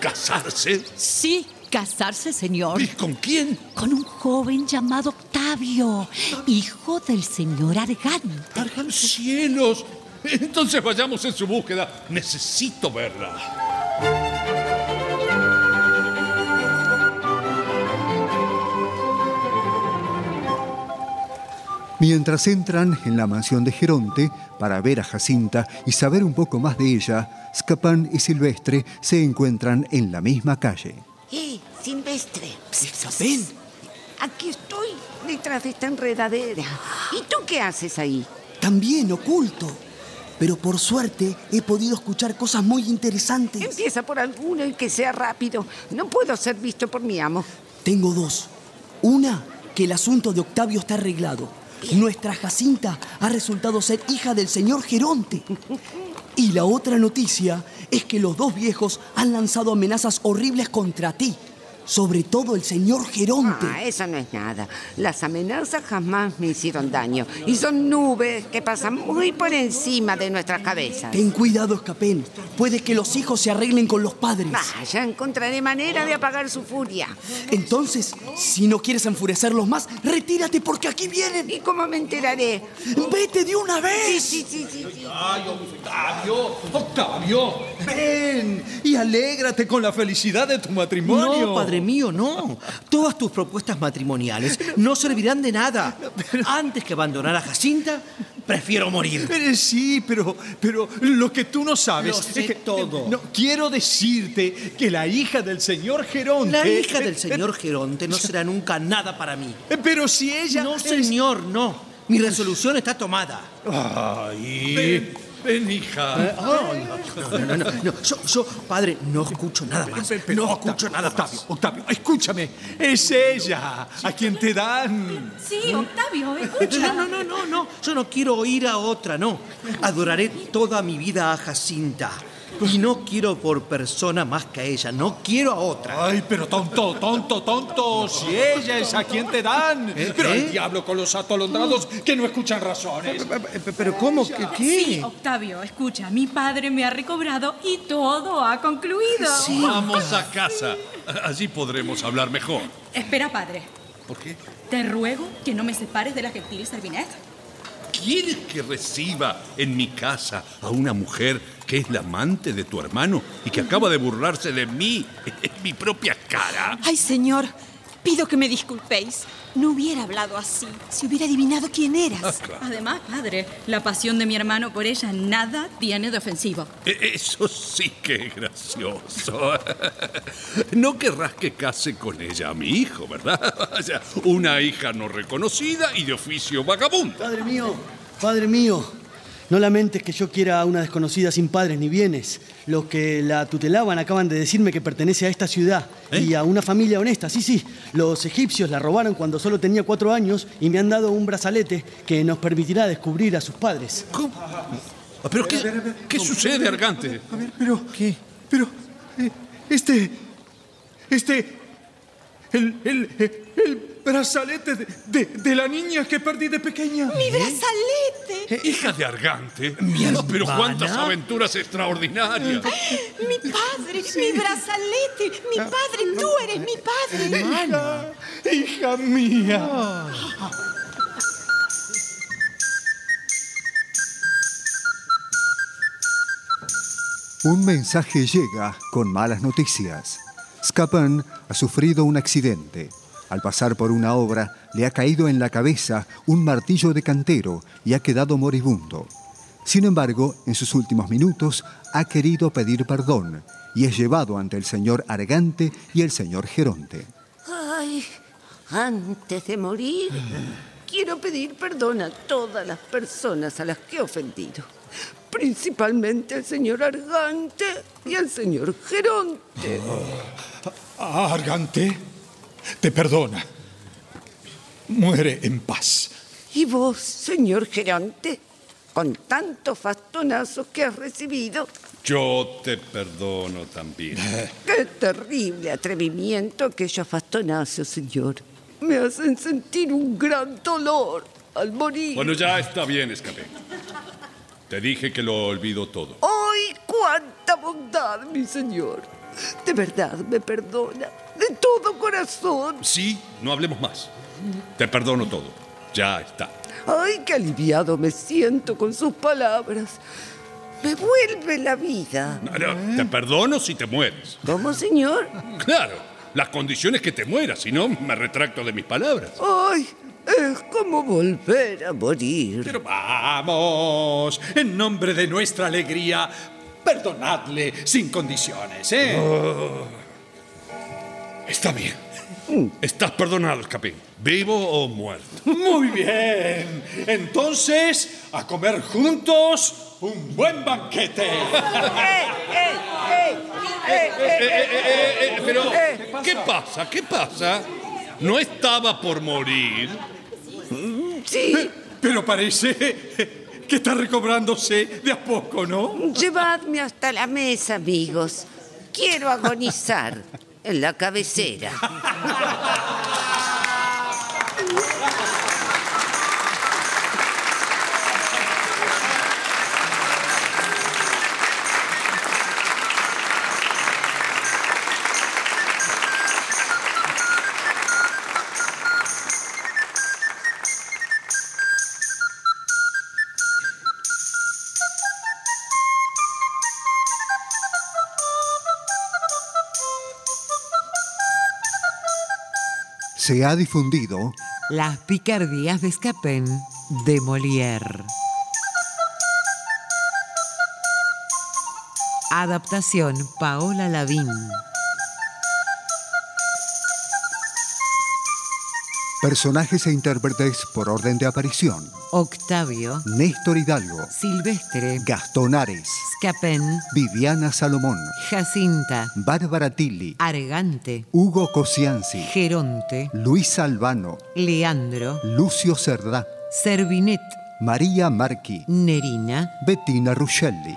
S9: ¿Casarse?
S14: Sí, casarse, señor. ¿Y
S9: con quién?
S14: Con un joven llamado Octavio, hijo del señor Argán.
S9: ¡Argan cielos! Entonces vayamos en su búsqueda. Necesito verla.
S1: Mientras entran en la mansión de Geronte para ver a Jacinta y saber un poco más de ella, Scapán y Silvestre se encuentran en la misma calle.
S5: ¡Eh, Silvestre!
S4: ¡Escapén!
S5: Aquí estoy, detrás de esta enredadera. ¿Y tú qué haces ahí?
S11: También oculto. Pero por suerte he podido escuchar cosas muy interesantes.
S5: Empieza por alguno y que sea rápido. No puedo ser visto por mi amo.
S11: Tengo dos. Una, que el asunto de Octavio está arreglado. Nuestra Jacinta ha resultado ser hija del señor Geronte. Y la otra noticia es que los dos viejos han lanzado amenazas horribles contra ti. Sobre todo el señor Geronte.
S5: Ah, eso no es nada. Las amenazas jamás me hicieron daño. Y son nubes que pasan muy por encima de nuestras cabezas.
S11: Ten cuidado, Escapén. Puede que los hijos se arreglen con los padres.
S5: Vaya, encontraré manera de apagar su furia.
S11: Entonces, si no quieres enfurecerlos más, retírate porque aquí vienen.
S5: ¿Y cómo me enteraré?
S11: ¡Vete de una vez!
S5: Sí, sí, sí, sí. sí.
S7: ¡Ay, Octavio! ¡Octavio! ¡Ven! Y alégrate con la felicidad de tu matrimonio.
S3: No, padre mío, no. Todas tus propuestas matrimoniales no servirán de nada. Antes que abandonar a Jacinta, prefiero morir.
S7: Eh, sí, pero, pero lo que tú no sabes
S3: Lo sé
S7: es que
S3: todo.
S7: No, quiero decirte que la hija del señor Geronte.
S3: La hija
S7: Eh,
S3: del señor
S7: eh,
S3: Geronte no será nunca nada para mí.
S7: eh, Pero si ella.
S3: No, señor, no. Mi resolución está tomada.
S9: Ay,
S3: Ven.
S9: ven, hija.
S7: ¿Eh?
S3: Ah, No, no, no, no, no. Yo, yo, padre, no escucho nada más. No escucho nada
S7: Octavio, Octavio, escúchame. Es ella a quien te dan.
S13: Sí, Octavio, escucha.
S3: No, no, no, no, no. Yo no quiero oír a otra, no. Adoraré toda mi vida a Jacinta. Y no quiero por persona más que a ella. No quiero a otra.
S7: Ay, pero tonto, tonto, tonto. Si ella es a quien te dan.
S3: ¿Eh?
S7: Pero el diablo con los atolondrados que no escuchan razones.
S3: Pero ¿cómo? ¿Qué?
S6: Sí, Octavio, escucha, mi padre me ha recobrado y todo ha concluido.
S9: Vamos a casa. Allí podremos hablar mejor.
S6: Espera, padre.
S9: ¿Por qué?
S6: Te ruego que no me separes de la gentil Sarbinet.
S9: ¿Quieres que reciba en mi casa a una mujer que es la amante de tu hermano y que acaba de burlarse de mí en mi propia cara?
S13: Ay, señor, pido que me disculpéis. No hubiera hablado así si hubiera adivinado quién eras.
S9: Ah, claro.
S6: Además, padre, la pasión de mi hermano por ella nada tiene de ofensivo.
S9: E- Eso sí que es gracioso. No querrás que case con ella a mi hijo, ¿verdad? Vaya, Una hija no reconocida y de oficio vagabunda.
S8: Padre mío, padre mío. No lamentes que yo quiera a una desconocida sin padres ni bienes. Los que la tutelaban acaban de decirme que pertenece a esta ciudad y a una familia honesta. Sí, sí, los egipcios la robaron cuando solo tenía cuatro años y me han dado un brazalete que nos permitirá descubrir a sus padres.
S9: Ah, ¿Pero qué, qué sucede, Argante?
S15: Pero. ¿Qué? Pero. eh, Este. Este. El. El. eh, el brazalete de, de- de la niña que perdí de pequeña.
S7: ¿Eh?
S13: ¡Mi brazalete!
S9: Eh, Hija de Argante. Ah, Pero cuántas
S15: hermana?
S9: aventuras extraordinarias.
S13: Mi padre, mi brazalete, mi padre, tú eres mi padre.
S15: Ah, Hija mía.
S1: Un mensaje llega con malas noticias. Scapin ha sufrido un accidente. Al pasar por una obra, le ha caído en la cabeza un martillo de cantero y ha quedado moribundo. Sin embargo, en sus últimos minutos ha querido pedir perdón y es llevado ante el señor Argante y el señor Geronte.
S5: Ay, antes de morir, quiero pedir perdón a todas las personas a las que he ofendido. Principalmente al señor Argante y al señor Geronte.
S7: Ah, Argante, te perdona. Muere en paz.
S5: Y vos, señor Geronte, con tantos bastonazos que has recibido,
S9: Yo te perdono también.
S5: qué terrible atrevimiento aquellos bastonazos, señor. Me hacen sentir un gran dolor al morir.
S9: Bueno, ya está bien, escapé. Te dije que lo olvido todo.
S5: ¡Ay, cuánta bondad, mi señor! De verdad me perdona, de todo corazón.
S9: Sí, no hablemos más. Te perdono todo. Ya está.
S5: ¡Ay, qué aliviado me siento con sus palabras! Me vuelve la vida.
S9: No, Ah, no, Te perdono si te mueres.
S5: ¿Cómo, señor?
S9: Claro, las condiciones que te mueras, si no, me retracto de mis palabras.
S5: ¡Ay, es como volver a morir!
S7: Pero vamos, en nombre de nuestra alegría, perdonadle sin condiciones, ¿eh?
S9: Oh. Está bien. Estás perdonado, escapé. ¿Vivo o muerto?
S7: Muy bien. Entonces, a comer juntos un buen banquete.
S9: Eh, pero, ¿qué pasa? ¿Qué pasa? ¿No estaba por morir? Eh,
S5: Sí.
S7: Pero parece que está recobrándose de a poco, ¿no?
S5: Llevadme hasta la mesa, amigos. Quiero agonizar en la cabecera.
S1: Se ha difundido
S2: Las picardías de Escapén de Molière. Adaptación Paola Lavín.
S1: personajes e intérpretes por orden de aparición.
S2: Octavio
S1: Néstor Hidalgo.
S2: Silvestre.
S1: Gastón Ares.
S2: Escapén.
S1: Viviana Salomón.
S2: Jacinta.
S1: Bárbara Tilly.
S2: Argante.
S1: Hugo Cosianzi.
S2: Geronte.
S1: Luis Albano.
S2: Leandro.
S1: Lucio Cerdá.
S2: Servinet.
S1: María Marchi.
S2: Nerina.
S1: Bettina Ruscelli.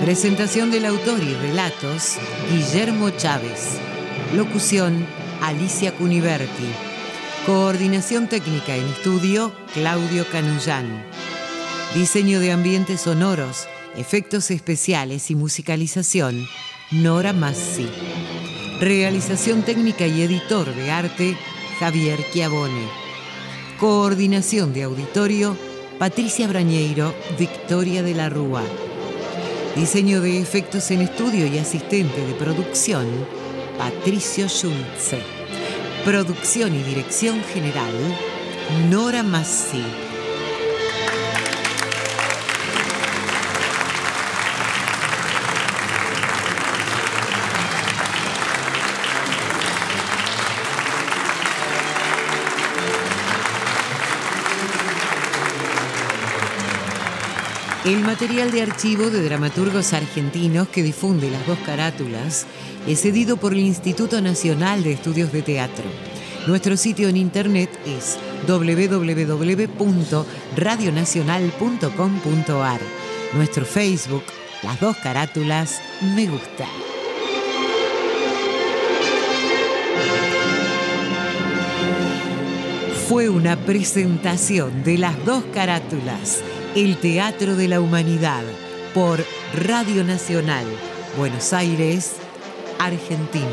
S2: Presentación del autor y relatos, Guillermo Chávez. Locución, Alicia Cuniverti. Coordinación técnica en estudio, Claudio Canullán. Diseño de ambientes sonoros, efectos especiales y musicalización, Nora Massi. Realización técnica y editor de arte, Javier Chiavone. Coordinación de auditorio, Patricia Brañeiro, Victoria de la Rúa. Diseño de efectos en estudio y asistente de producción, Patricio Schulze. Producción y dirección general, Nora Massi. El material de archivo de dramaturgos argentinos que difunde las dos carátulas es cedido por el Instituto Nacional de Estudios de Teatro. Nuestro sitio en internet es www.radionacional.com.ar. Nuestro Facebook, las dos carátulas, me gusta. Fue una presentación de las dos carátulas, el Teatro de la Humanidad, por Radio Nacional, Buenos Aires, Argentina.